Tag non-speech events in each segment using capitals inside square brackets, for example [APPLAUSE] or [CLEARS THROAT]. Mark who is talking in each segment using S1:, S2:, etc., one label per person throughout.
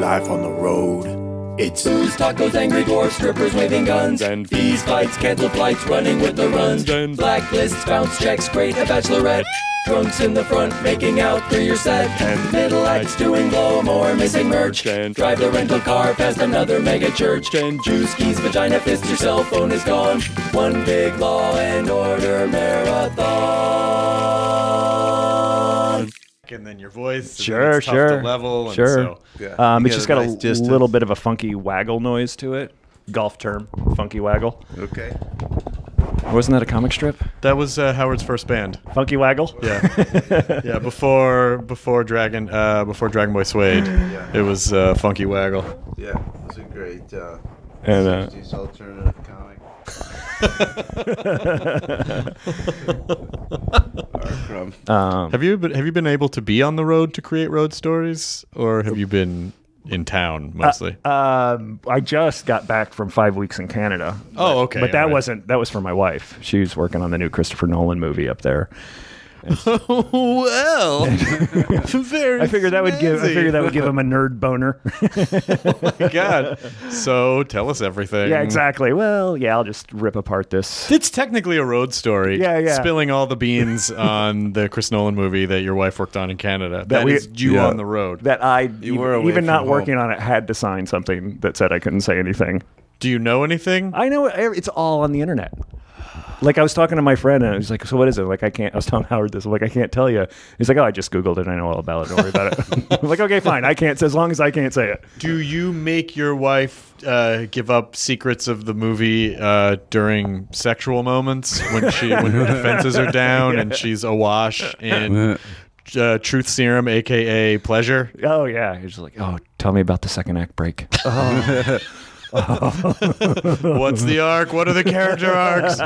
S1: life on the road. It's
S2: Booze, tacos, angry dwarfs, strippers waving guns,
S3: And
S2: bees, fights, cancel flights, running with the runs,
S3: And-
S2: blacklists, bounce checks, great, a bachelorette. Drunks in the front, making out through your set.
S3: And-
S2: middle acts doing blow more, missing merch.
S3: And-
S2: drive the rental car past another mega church.
S3: And-
S2: juice keys, vagina fist, your cell phone is gone. One big law and order marathon.
S4: and then your voice. and
S5: Sure,
S4: then it's tough to
S5: sure,
S4: level. And
S5: sure.
S4: So,
S5: Um,
S4: You
S5: it's
S4: get
S5: just
S4: a
S5: got
S4: nice
S5: a
S4: distance.
S5: little bit of a funky waggle noise to it. Golf term, funky waggle.
S4: Okay.
S5: Wasn't that a comic strip?
S4: That was uh, Howard's first
S5: [LAUGHS]
S4: band.
S5: Funky waggle. [LAUGHS]
S4: Yeah. yeah. Before before Dragon uh, before Dragon Boy Suede, it was uh, Funky Waggle.
S6: Yeah, it was a great uh,
S5: And, uh,
S6: 60s alternative comic. From
S5: Um,
S4: Have you been, have you been able to be on the road to create road stories, or have you been in town
S5: Uh,
S4: mostly?
S5: um, I just got back from five weeks in Canada.
S4: oh, okay.
S5: but that
S4: alright.
S5: wasn't that was for my wife. She was working on the new Christopher Nolan movie up there.
S4: [LAUGHS]
S5: [LAUGHS]
S4: well, very.
S5: I figured that would give I
S4: snazzy.
S5: figured that would give him a nerd boner.
S4: Oh, God. So tell us everything.
S5: [LAUGHS] yeah, exactly. Well, yeah, I'll just rip apart this.
S4: It's technically a road story.
S5: Yeah, yeah.
S4: Spilling all the beans [LAUGHS] on the Chris Nolan movie that your wife worked on in Canada. That is
S5: we-
S4: you
S5: Yeah.
S4: on the road.
S5: That I even,
S6: were away
S5: even
S6: from
S5: not
S6: home.
S5: working on it had to sign something that said I couldn't say anything.
S4: Do you know anything?
S5: I know it- it's all on the internet. Like I was talking to my friend and I was like, "So what is it?" Like I can't. I was telling Howard this. I'm like I can't tell you. He's like, "Oh, I just googled it. I know all about it. Don't worry about [LAUGHS] it." I'm like, "Okay, fine. I can't. As long as I can't say it."
S4: Do you make your wife uh, give up secrets of the movie uh, during sexual moments when she when her defenses are down and she's awash in uh, truth serum, aka pleasure?
S5: Oh yeah. He's just like, "Oh, tell me about the second act break."
S4: What's the arc? What are the
S5: [LAUGHS]
S4: character arcs?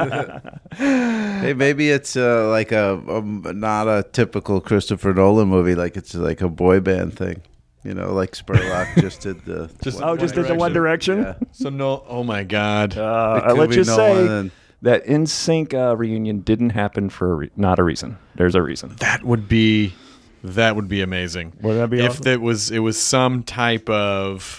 S6: Hey, maybe it's uh, like a, um not a typical Christopher Nolan movie. Like it's like a boy band thing, you know, like Spurlock [LAUGHS] just did the.
S4: Just-
S5: [LAUGHS] oh, just did the One Direction.
S6: Yeah.
S4: So no, oh my god.
S5: Uh,
S6: could
S5: let's
S6: be
S5: just
S6: no
S5: say
S6: one then.
S5: that In Sync uh, reunion didn't happen for a re- not a reason. There's a reason.
S4: that would be that would be amazing.
S5: Wouldn't that be
S4: if
S5: awesome?
S4: it was it was some type of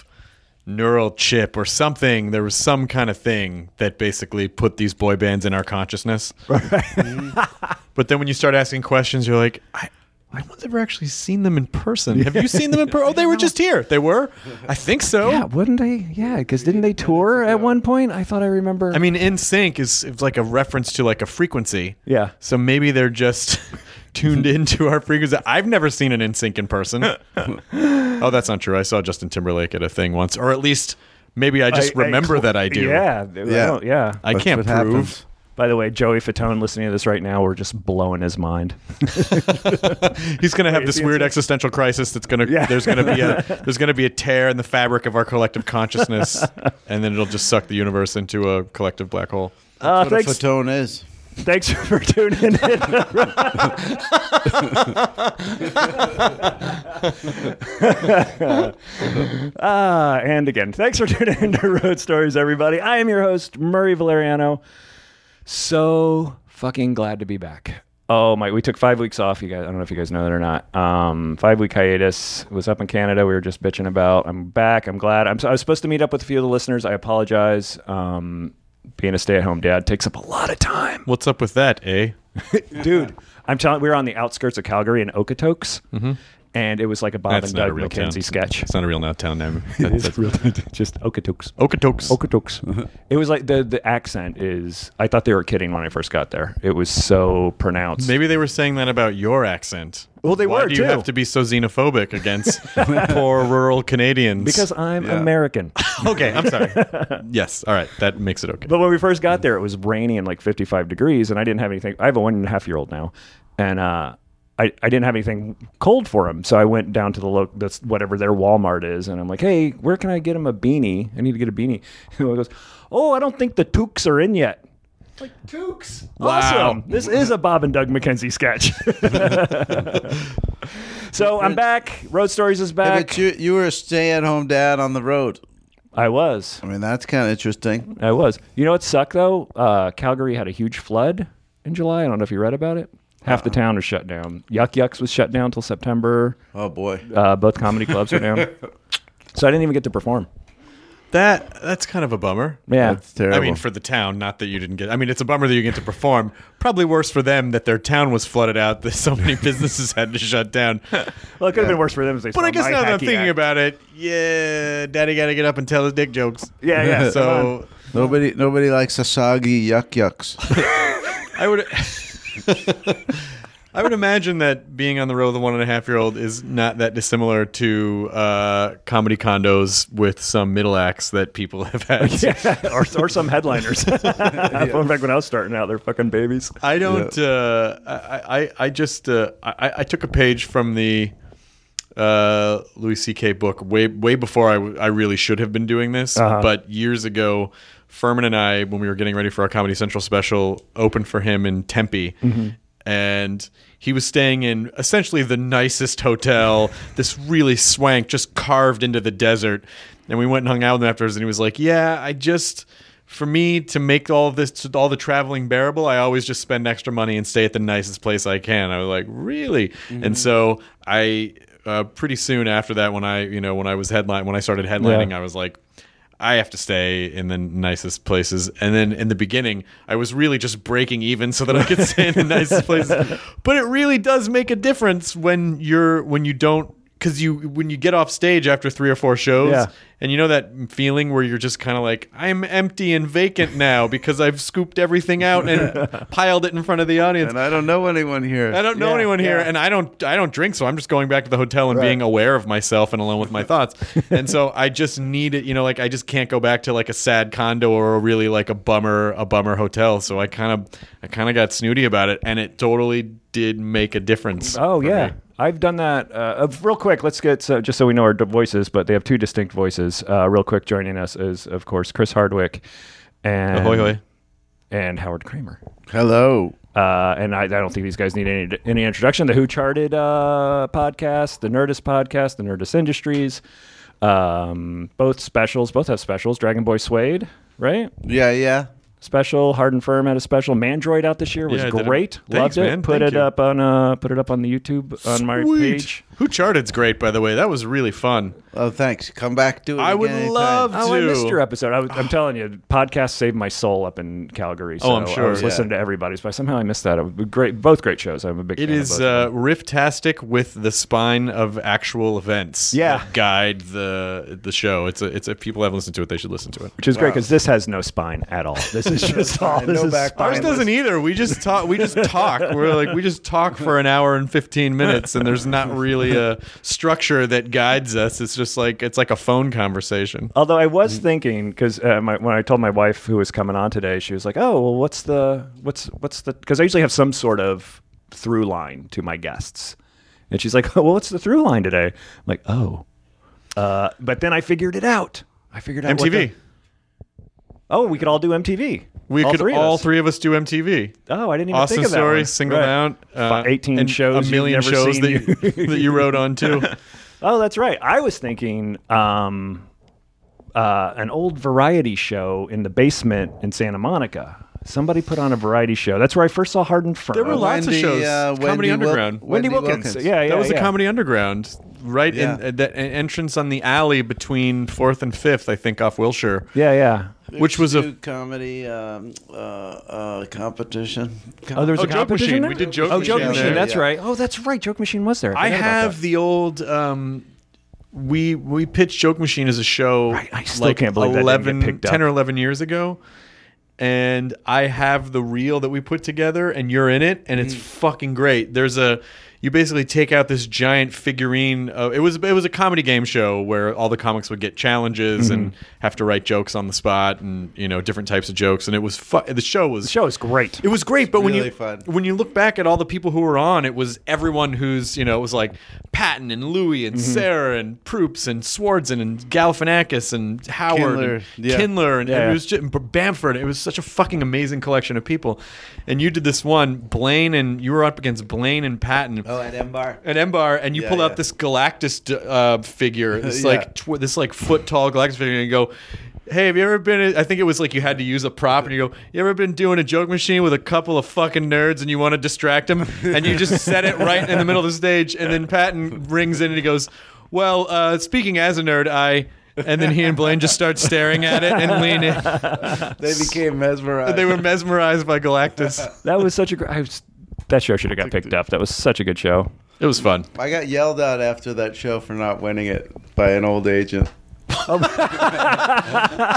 S4: neural chip or something? There was some kind of thing that basically put these boy bands in our consciousness.
S5: [LAUGHS] Mm-hmm.
S4: but then when you start asking questions, you're like, I. No one's ever actually seen them in person. Have you seen them in person? Oh, they were just here. They were. I think so.
S5: Yeah, wouldn't they? Yeah, because didn't they tour at one point? I thought I remember.
S4: I mean, in sync is, is like a reference to like a frequency.
S5: yeah.
S4: So maybe they're just [LAUGHS] tuned into our frequency. I've never seen an NSYNC in [LAUGHS] person. oh, that's not true. I saw Justin Timberlake at a thing once, or at least maybe I just remember that I do.
S5: Yeah, I don't- yeah.
S4: I
S6: That's
S4: can't
S6: what
S4: prove.
S6: happens.
S5: By the way, Joey Fatone listening to this right now, we're just blowing his mind.
S4: He's gonna have
S5: Wait,
S4: this
S5: is he
S4: weird
S5: NSYNC?
S4: existential crisis. That's gonna
S5: Yeah.
S4: there's gonna be [LAUGHS] a there's gonna be a tear in the fabric of our collective [LAUGHS] consciousness, and then it'll just suck the universe into a collective black hole.
S5: Uh,
S6: What a
S5: thanks,
S6: Fatone is.
S5: thanks [LAUGHS] for tuning in. uh, and again, thanks for tuning in to Road Stories, everybody. I am your host, Murray Valeriano. So fucking glad to be back. Oh my! We took five weeks off. You guys, I don't know if you guys know that or not. Um, five week hiatus was up in Canada. We were just bitching about. I'm back. I'm glad. I'm. I was supposed to meet up with a few of the listeners. I apologize. Um, being a stay at home dad takes up a lot of time
S4: What's up with that, eh?
S5: dude. I'm telling. We were on the outskirts of Calgary in Okotoks, and it was like a Bob
S4: Mm-hmm. That's
S5: and
S4: not a
S5: Doug
S4: real town.
S5: McKenzie sketch.
S4: It's not a real now town
S5: [LAUGHS]
S4: name. That- that's
S3: [LAUGHS]
S5: just Okotoks.
S4: Okotoks.
S5: Okotoks. it was like the the accent is. I thought they were kidding when I first got there. It was so pronounced.
S4: Maybe they were saying that about your accent.
S5: Well, they
S4: Why
S5: were,
S4: do you
S5: too.
S4: have to be so xenophobic
S5: [LAUGHS]
S4: against poor rural Canadians?
S5: because I'm
S6: Yeah.
S5: American.
S4: okay, I'm sorry. [LAUGHS] yes, all right, that makes it okay.
S5: But when we first got there, it was rainy and like 55 degrees, and I didn't have anything. I have a one and a half year old now, and uh, I, I didn't have anything cold for him. So I went down to the lo- that's whatever their Walmart is, and I'm like, hey, where can I get him a beanie? I need to get a beanie. [LAUGHS] And he goes, oh, I don't think the toques are in yet. Like toques, awesome! This is a Bob and Doug McKenzie sketch. [LAUGHS] so I'm back. Road Stories is
S6: Yeah,
S5: back.
S6: but you you were a stay at home dad on the road.
S5: I was.
S6: I mean, that's kind of interesting.
S5: I was. You know what sucked though? Uh, Calgary had a huge flood in July. I don't know if you read about it. Half the town was shut down. Yuck Yucks was shut down till September.
S6: Oh boy,
S5: [LAUGHS] Uh, both comedy clubs are down. So I didn't even get to perform.
S4: That that's kind of a bummer.
S5: Yeah.
S6: That's terrible.
S4: I mean, for the town, not that you didn't get. I mean, it's a bummer that you get to perform. Probably worse for them that their town was flooded out, that so
S5: [LAUGHS]
S4: many businesses had to shut down.
S5: well, it could have been worse for them. As they
S4: But I guess now that I'm thinking about
S5: about.
S4: it, yeah, daddy got to get up and tell his dick jokes.
S5: [LAUGHS] Yeah, yeah. so
S4: So
S6: nobody nobody likes a soggy yuck yucks. [LAUGHS]
S4: I would. I would imagine that being on the road with a one and a half year old is not that dissimilar to uh, comedy condos with some middle acts that people have had.
S5: or, [LAUGHS] or some [LAUGHS] headliners. Going back when I was starting out, they're fucking babies.
S4: I don't. Uh, I, I I just uh, I, I took a page from the uh, Louis C.K. book way way before I, w- I really should have been doing this, but years ago. Furman and I, when we were getting ready for our Comedy Central special, opened for him in Tempe. And he was staying in essentially the nicest hotel, this really swank, just carved into the desert. And we went and hung out with him afterwards, and he was like, Yeah, I just for me to make all this all the traveling bearable i always just spend extra money and stay at the nicest place i can i was like really
S5: Mm-hmm.
S4: and so i uh, pretty soon after that when i you know when i was headline when i started headlining
S5: Yeah.
S4: i was like i have to stay in the nicest places and then in the beginning i was really just breaking even so that i could stay in the nicest
S5: [LAUGHS]
S4: places but it really does make a difference when you're when you don't because you when you get off stage after three or four shows
S5: Yeah.
S4: and you know that feeling where you're just kind of like, I'm empty and vacant now because I've scooped everything out
S5: [LAUGHS]
S4: and piled it in front of the audience.
S6: and I don't know anyone here.
S4: I don't know
S5: Yeah,
S4: anyone here,
S5: yeah.
S4: and I don't I don't drink, so I'm just going back to the hotel and being aware of myself and alone with my
S5: [LAUGHS]
S4: thoughts. and so I just need it, you know, like I just can't go back to like a sad condo or a really like a bummer a bummer hotel. So I kind of I kind of got snooty about it, and it totally did make a difference.
S5: Oh
S4: for
S5: yeah,
S4: me.
S5: I've done that. Uh, uh, real quick, let's get so, just so we know our d- voices, but they have two distinct voices. Uh, real quick, joining us is of course Chris Hardwick and
S4: Ahoy, hoy.
S5: and Howard Kramer.
S6: Hello.
S5: Uh, and I, I don't think these guys need any any introduction. The Who Charted uh, podcast, the Nerdist podcast, the Nerdist Industries, um, both specials, both have specials. Dragon Boy Suede, right?
S6: Yeah, yeah.
S5: special. Hard and Firm had a special. Mandroid out this year was
S4: Yeah, I did it.
S5: great.
S4: Thanks,
S5: Loved it.
S4: man.
S5: Put
S4: Thank
S5: it
S4: you.
S5: up on uh put it up on the YouTube on my
S4: Sweet.
S5: page.
S4: Who charted's great, by the way. That was really fun.
S6: Oh, thanks. Come back do it.
S4: I would
S6: again anytime.
S4: love-
S5: Oh, I
S4: Dude.
S5: missed your episode. I was, I'm telling you, podcast saved my soul up in Calgary. So
S4: Oh, I'm
S5: I
S4: sure.
S5: was
S4: Yeah.
S5: listening to everybody's, but somehow I missed that. It was great, both great shows. I'm a big.
S4: It
S5: fan
S4: is
S5: Of both
S4: uh,
S5: of them.
S4: rifftastic with the spine of actual events.
S5: Yeah.
S4: that guide the the show. It's a, it's if people haven't listened to it, they should listen to it.
S5: which is great because this has no spine at all.
S4: [LAUGHS]
S5: This is just all. This
S6: no
S5: is
S6: backbone.
S4: Ours
S5: spineless.
S4: doesn't either. We just talk. We [LAUGHS] just talk. We're like we just talk for an hour and fifteen minutes, and there's not really a structure that guides us. It's just like it's like a phone conversation.
S5: Although I
S4: Mm-hmm.
S5: was thinking, because uh, my- when I told my wife who was coming on today, she was like, "Oh, well, what's the what's what's the?" Because I usually have some sort of through line to my guests, and she's like, [LAUGHS] "Oh, well, what's the through line today?" I'm like, "Oh," uh, but then I figured it out. I figured out
S4: MTV.
S5: what the- oh, we could all do MTV.
S4: We could
S5: three of
S4: all
S5: us.
S4: three of us do MTV.
S5: Oh, I didn't even
S4: Austin
S5: think of that.
S4: Story,
S5: one.
S4: Singled
S5: Right.
S4: Out, uh,
S5: Fi- 18
S4: and
S5: shows
S4: a
S5: you've
S4: million
S5: never
S4: shows
S5: seen.
S4: that you, that you wrote on
S5: [LAUGHS]
S4: too.
S5: Oh, that's right. I was thinking um, uh, an old variety show in the basement in Santa Monica. Somebody put on a variety show. That's where I first saw Hard and Firm.
S4: There were lots of
S6: Wendy,
S4: shows.
S6: uh,
S4: Comedy
S6: Wendy Wil-
S4: Underground.
S5: Wendy Wilkins. Yeah, yeah.
S4: that was
S5: yeah.
S4: the Comedy Underground, right in
S6: Yeah.
S4: uh, that en- entrance on the alley between Fourth and Fifth, I think, off Wilshire,
S5: Yeah, yeah.
S4: which was
S6: Do
S4: a
S6: comedy um, uh, uh, competition.
S5: Oh, there was
S4: Oh,
S5: a
S4: Joke
S5: competition
S4: Machine.
S5: there?
S4: We did Joke
S5: oh, Joke
S4: Machine
S5: Machine.
S4: there.
S5: That's
S6: Yeah.
S5: right. Oh, that's right. Joke Machine was there.
S4: I
S5: forgot about
S4: have
S5: that.
S4: the old. Um, we we pitched Joke Machine as a show.
S5: Right, I still
S4: like
S5: can't believe that didn't get
S4: 11,
S5: picked up.
S4: ten or eleven years ago, and I have the reel that we put together, and you're in it, and
S5: Mm.
S4: it's fucking great. There's a you basically take out this giant figurine. Of, it was it was a comedy game show where all the comics would get challenges and
S5: Mm-hmm.
S4: have to write jokes on the spot, and you know different types of jokes, and it was fu- the show was
S5: The show
S4: [LAUGHS]
S5: is great.
S4: it was great, but when
S6: really
S4: you
S6: fun.
S4: when you look back at all the people who were on, it was everyone who's you know it was like Patton and Louie and
S5: Mm-hmm.
S4: Sarah and Proops and Swartzen and Galifianakis and Howard
S6: Kindler,
S4: and
S6: yeah.
S4: Kindler and, and
S5: Yeah.
S4: it was just and Bamford. It was such a fucking amazing collection of people, and you did this one Blaine and you were up against Blaine and Patton
S6: Oh, at M Bar.
S4: an Embar, and you
S6: Yeah,
S4: pull
S6: yeah.
S4: out this Galactus d- uh, figure,
S6: [LAUGHS]
S4: this
S6: Yeah.
S4: like tw- this like foot tall Galactus figure, and you go, "Hey, have you ever been?" I think it was like you had to use a prop, and you go, "You ever been doing a joke machine with a couple of fucking nerds, and you want to distract them, and you just set it right in the middle of the stage, and then Patton rings in and he goes." well, uh, speaking as a nerd, I. And then he and Blaine just start staring at it and lean in.
S6: They became mesmerized.
S4: [LAUGHS] They were mesmerized by Galactus.
S5: That was such a gr- I was, that show should have got picked up. That was such a good show.
S4: It was fun.
S6: I got yelled at after that show for not winning it by an old
S4: [LAUGHS]
S6: agent.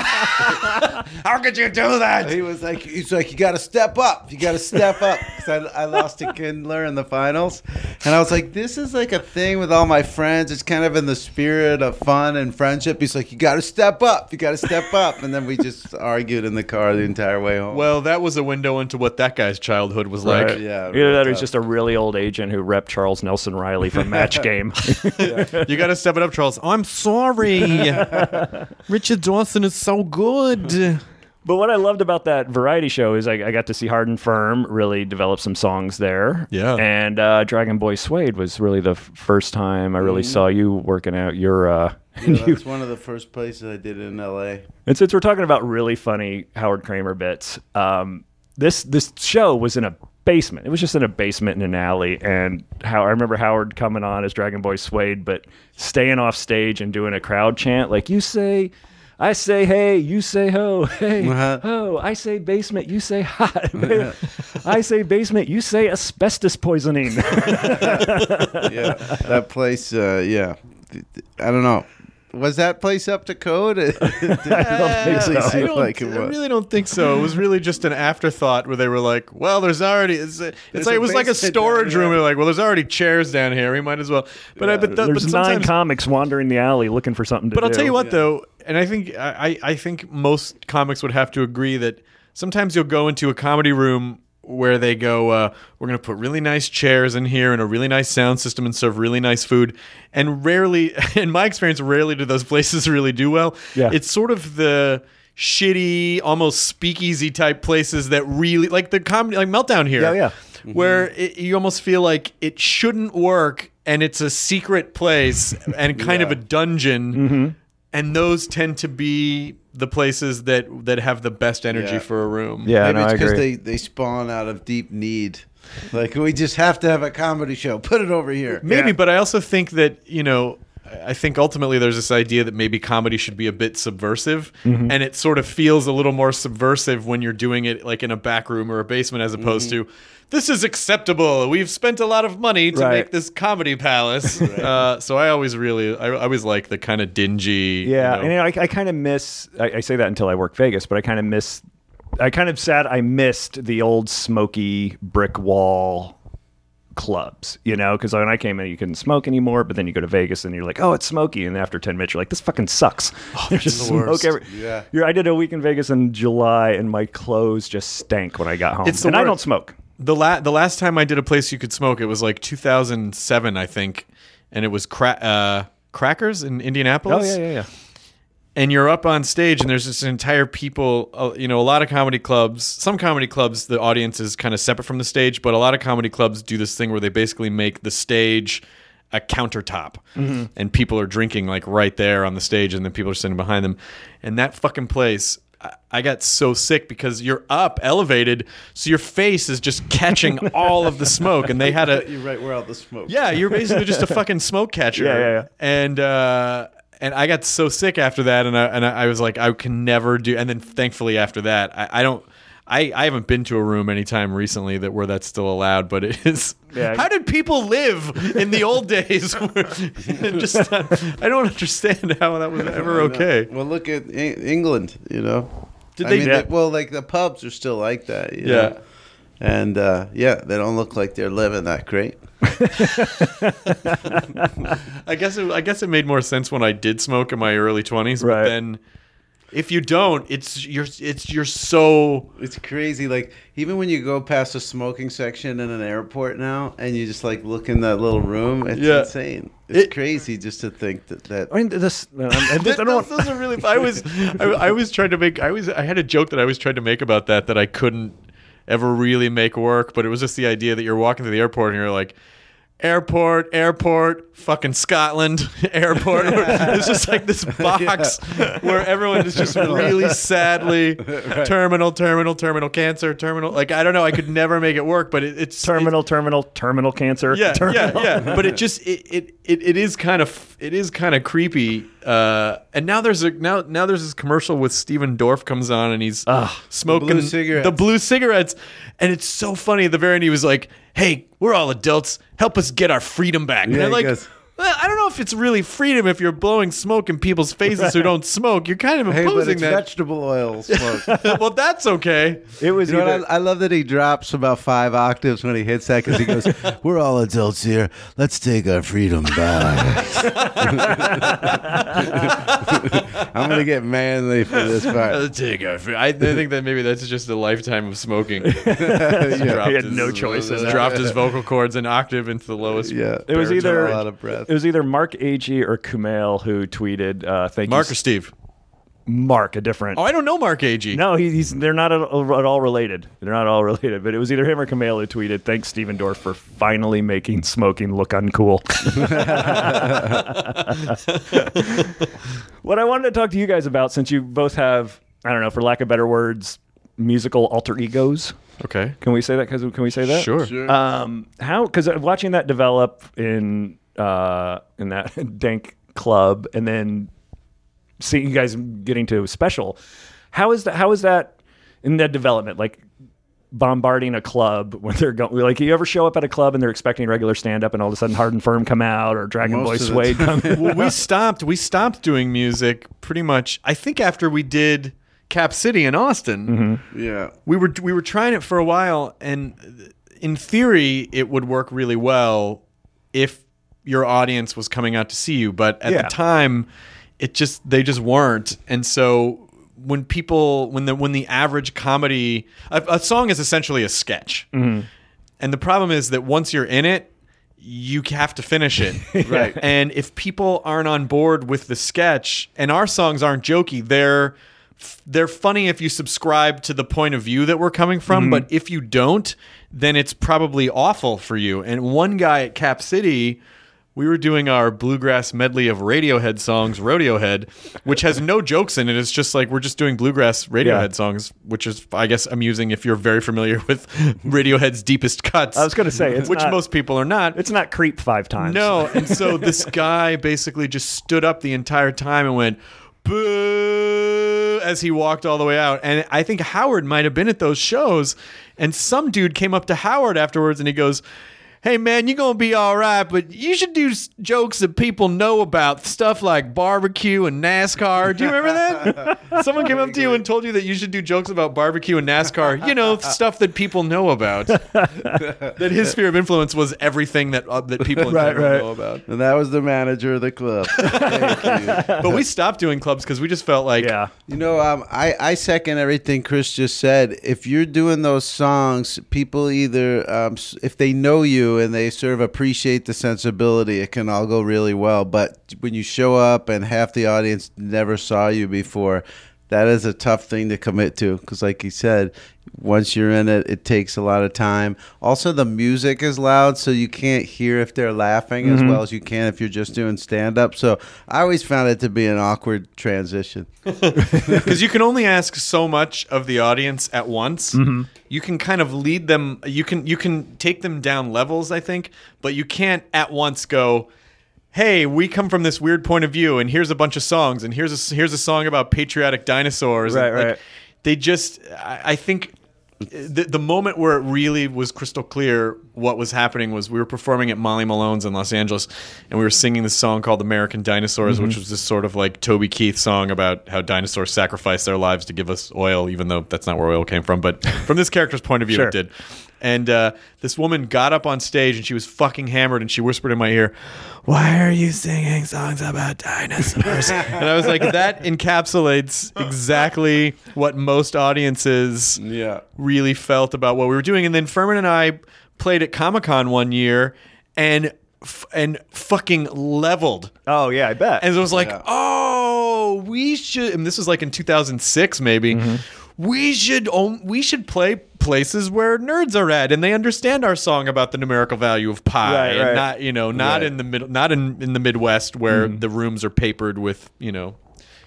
S4: How could you do that?
S6: He was like, he's like, you got to step up. You got to step up. Because I, I lost to Kindler in the finals, and I was like, this is like a thing with all my friends. It's kind of in the spirit of fun and friendship. He's like, you got to step up. You got to step up. And then we just argued in the car the entire way home.
S4: Well, that was a window into what that guy's childhood was like.
S5: Right.
S6: yeah,
S5: Either that or he's
S6: tough.
S5: just a really old agent who repped Charles Nelson Riley from Match Game. [LAUGHS]
S4: You got to step it up, Charles. I'm sorry. Richard Dawson is so good.
S5: But what I loved about that variety show is I, I got to see Hard and Firm really develop some songs there.
S4: Yeah.
S5: And uh, Dragon Boy Suede was really the f- first time I really saw you working out your. Uh,
S6: You know,
S4: [LAUGHS]
S6: that's one of the first places I did in L.A.
S5: and since we're talking about really funny Howard Kramer bits, um, this this show was in a basement. It was just in a basement in an alley. And how I remember Howard coming on as Dragon Boy Suede, but staying off stage and doing a crowd chant like, you say. I say hey, you say ho, [LAUGHS] hey
S6: Uh-huh.
S5: ho. I say basement, you say
S4: [LAUGHS]
S5: hot. [LAUGHS] I say basement, you say asbestos poisoning. [LAUGHS]
S6: Yeah, that place. Uh, yeah, I don't know. Was that place up to code? [LAUGHS] It didn't really
S4: I,
S6: seem
S4: don't-
S6: like it
S4: I
S6: was.
S4: really don't think so. It was really just an afterthought where they were like, "Well, there's already it's, it's like
S6: a
S4: it was like a
S6: basement
S4: storage
S6: down
S4: room.
S6: here.
S4: They're like, well, there's already chairs down here. We might as well." But I but, th- but
S5: There's nine
S4: sometimes,
S5: comics wandering the alley looking for something to
S4: but
S5: do.
S4: I'll tell you what though, and I think I I I think most comics would have to agree that sometimes you'll go into a comedy room where they go, uh, "We're going to put really nice chairs in here and a really nice sound system and serve really nice food," and rarely, [LAUGHS] in my experience, rarely do those [LAUGHS] places really do well.
S5: Yeah.
S4: it's sort of the shitty, almost speakeasy type places that really like the comedy, like Meltdown here.
S5: Yeah, yeah.
S4: Where it, you almost feel like it shouldn't work, and it's a secret
S5: [LAUGHS]
S4: place and kind of a dungeon,
S5: Mm-hmm.
S4: and those tend to be the places that that have the best energy
S6: Yeah.
S4: for a room.
S5: Yeah,
S6: Maybe
S5: no,
S6: it's
S5: I
S6: because
S5: agree.
S6: they, they spawn out of deep need. Like we just have to have a comedy show. Put it over here.
S4: [LAUGHS] Maybe, but I also think that, you know, I think ultimately there's this idea that maybe comedy should be a bit subversive,
S5: Mm-hmm.
S4: and it sort of feels a little more subversive when you're doing it like in a back room or a basement as opposed
S5: Mm-hmm.
S4: to this is acceptable. We've spent a lot of money to
S5: Right.
S4: make this comedy
S5: [LAUGHS]
S4: palace. uh, so I always really, I, I always like the kind of dingy.
S5: Yeah,
S4: you know-
S5: and you know, I, I kind of miss. I, I say that until I work Vegas, but I kind of miss. I kind of sad. I missed the old smoky brick wall clubs, you know, because when I came in, you couldn't smoke anymore. But then you go to Vegas and you're like, oh, it's smoky, and after ten minutes, you're like, this
S4: [LAUGHS]
S5: fucking sucks. There's just
S4: Oh, worst.
S5: smoke every.
S6: Yeah.
S5: You're- I did a week in Vegas in July, and my clothes just stank when I got home.
S4: It's the
S5: and I
S4: worst.
S5: don't smoke.
S4: the la- the last time I did a place you could smoke, it was like 2007, I think, and it was cra- uh, Crackers in
S5: Oh
S4: Indianapolis.
S5: yeah, yeah, yeah.
S4: and you're up on stage and there's this entire people uh, you know a lot of comedy clubs some comedy clubs the audience is kind of separate from the stage but a lot of comedy clubs do this thing where they basically make the stage a countertop and people are drinking like right there on the stage and then people are sitting behind them and that fucking place I- I got so sick because you're up elevated, so your face is just catching all of the smoke. And they had a
S6: You're right. We're out the smoke.
S4: yeah, you're basically just
S5: [LAUGHS]
S4: a fucking smoke catcher.
S5: Yeah, yeah, yeah.
S4: And uh, and I got so sick after that, and I and I I was like, I can never do. And then thankfully after that, I, I don't. I, I haven't been to a room anytime recently that where that's still allowed, but it is.
S5: Yeah.
S4: How did people live in the old days? [LAUGHS] where- and just not- I don't understand how that was ever okay.
S6: Well, look at Eng- England. You know. Did
S5: they-
S6: I mean,
S5: Yeah.
S6: well, like the pubs are still like that. you
S4: Yeah.
S6: know? And uh, yeah, they don't look like they're living that great.
S4: I guess it, I guess it made more sense when I did smoke in my early twenties.
S5: Right.
S4: But then, if you don't, it's you're it's you're so
S6: It's crazy. Like even when you go past a smoking section in an airport now, and you just like look in that little room, it's
S4: Yeah.
S6: insane. It's
S4: It-
S6: crazy just to think that that.
S5: I mean, this.
S4: [LAUGHS]
S5: I, I,
S4: Th-
S5: I don't.
S4: those, those are really. I was, I, I was trying to make. I was. I had a joke that I was trying to make about that that I couldn't ever really make work, but it was just the idea that you're walking through the airport and you're like. airport, airport, fucking Scotland, [LAUGHS] airport. It's just like this box where everyone is just really sadly terminal, terminal, terminal cancer, terminal. Like I don't know, I could never make it work, but it, it's
S5: [LAUGHS] terminal, terminal, terminal cancer.
S4: yeah,
S5: terminal.
S4: yeah,
S5: [LAUGHS]
S4: yeah. But it just it it, it, it is kind of it is kind of creepy. Uh, and now there's a now now there's this commercial with Steven Dorff comes on and he's smoking
S6: The blue cigarettes.
S4: the blue cigarettes, and it's so funny. At the very end, he was like, "Hey, we're all adults. Help us get our freedom back." and
S6: Yeah,
S4: I'm
S6: he
S4: like.
S6: goes-
S4: well, I don't know if it's really freedom if you're blowing smoke in people's faces who don't smoke. You're kind of
S6: Hey, but
S4: imposing
S6: it's
S4: [LAUGHS]
S6: vegetable oil smoke.
S4: that. well, that's okay.
S5: It was
S6: You know
S5: either-
S6: what? I, I love that he drops about five octaves when he hits that because he goes,
S5: [LAUGHS]
S6: "We're all adults here. Let's take our freedom back." [LAUGHS] I'm gonna get manly for this
S4: Uh, [LAUGHS]
S6: part.
S4: take our free- I, I think that maybe that's just a lifetime of smoking.
S5: He had no
S4: [LAUGHS]
S5: choice in that.
S4: dropped his vocal cords an octave into the lowest.
S6: Yeah,
S5: It was
S4: baritone
S5: either-
S6: a lot of breath.
S5: It was either Mark Agee or Kumail who tweeted, uh, "Thank
S4: Mark
S5: you,
S4: or Steve?
S5: Mark, a different."
S4: Oh, I don't know Mark Agee.
S5: no, he, he's they're not at, at all related. They're not at all related. But it was either him or Kumail who tweeted, "Thanks, Steven Dorff, for finally making smoking look uncool." [LAUGHS] what I wanted to talk to you guys about, since you both have, I don't know, for lack of better words, musical alter egos. [LAUGHS]
S4: Okay.
S5: Can we say that? 'Cause- Can we say that?
S4: Sure.
S5: Um, how? Because watching that develop in uh, in that [LAUGHS] dank club, and then seeing you guys getting to a special, how is that? How is that in that development? Like bombarding a club when they're going. Like, you ever show up at a club and they're expecting regular stand up, and all of a sudden Hard and Firm come out or Dragon
S6: Most
S5: Boy
S6: of the
S5: Suede come. in?
S4: Well, we stopped. We stopped doing music pretty much. I think after we did Cap City in Austin,
S6: Yeah,
S4: we were we were trying it for a while, and in theory, it would work really well if your audience was coming out to see you. But at
S5: Yeah.
S4: the time, it just they just weren't, and so when people when the when the average comedy a, a song is essentially a sketch, and the problem is that once you're in it. You have to finish it,
S6: Right.
S4: And if people aren't on board with the sketch, and our songs aren't jokey, they're they're funny if you subscribe to the point of view that we're coming from, but if you don't, then it's probably awful for you. And one guy at Cap City, we were doing our bluegrass medley of Radiohead songs, Rodeohead, which has no jokes in it. It's just like we're just doing bluegrass Radiohead
S5: Yeah.
S4: songs, which is, I guess, amusing if you're very familiar with [LAUGHS] Radiohead's deepest cuts.
S5: I was gonna say, it's
S4: which
S5: not-
S4: most people are not.
S5: it's not creep five
S4: [LAUGHS]
S5: times.
S4: No, and so this guy basically just stood up the entire time and went boo as he walked all the way out. And I think Howard might have been at those shows, and some dude came up to Howard afterwards and he goes. Hey man, you're gonna be all right, but you should do s- jokes that people know about stuff like barbecue and NASCAR. Do you remember
S6: [LAUGHS]
S4: that? Someone came up to you and told you that you should do jokes about barbecue and NASCAR.
S6: [LAUGHS]
S4: You know, stuff that people know about. that his sphere of influence was everything that uh, that people in
S6: Right,
S4: general
S6: right.
S4: know about
S6: and that was the manager of the club. Thank you.
S4: but we stopped doing clubs because we just felt like [LAUGHS]
S5: Yeah.
S6: You know, um, I, I second everything Chris just said. If you're doing those songs, people either, um, s- if they know you and they sort of appreciate the sensibility, it can all go really well. But when you show up and half the audience never saw you before, that is a tough thing to commit to. Because, like he said, once you're in it, it takes a lot of time. Also, the music is loud, so you can't hear if they're laughing as well as you can if you're just doing stand up. So I always found it to be an awkward transition.
S4: because you can only ask so much of the audience at once.
S5: Mm-hmm.
S4: You can kind of lead them. You can you can take them down levels, I think, but you can't at once go. Hey, we come from this weird point of view, and here's a bunch of songs, and here's a here's a song about patriotic dinosaurs. and,
S5: Right,
S4: like,
S5: right.
S4: They just, I, I think. The, the moment where it really was crystal clear what was happening was we were performing at Molly Malone's in Los Angeles, and we were singing this song called "American Dinosaurs," which was this sort of like Toby Keith song about how dinosaurs sacrificed their lives to give us oil, even though that's not where oil came from. But [LAUGHS] from this character's point of view,
S5: Sure.
S4: it did. And uh, this woman got up on stage and she was fucking hammered, and she whispered in my ear, "Why are you singing songs about dinosaurs?" [LAUGHS] and I was like, "That encapsulates exactly what most audiences."
S6: Yeah.
S4: really felt about what we were doing. And then Furman and I played at Comic Con one year and f- and fucking leveled.
S5: Oh yeah, I bet.
S4: And it was like, oh,
S5: Mm-hmm.
S4: we should. And this was like in 2006, maybe. We should. On, we should play places where nerds are at, and they understand our song about the numerical value of pi,
S5: Right,
S4: and
S5: right.
S4: not you know not
S5: Right. Mm-hmm.
S4: in the middle, not in in the Midwest where the rooms are papered with you know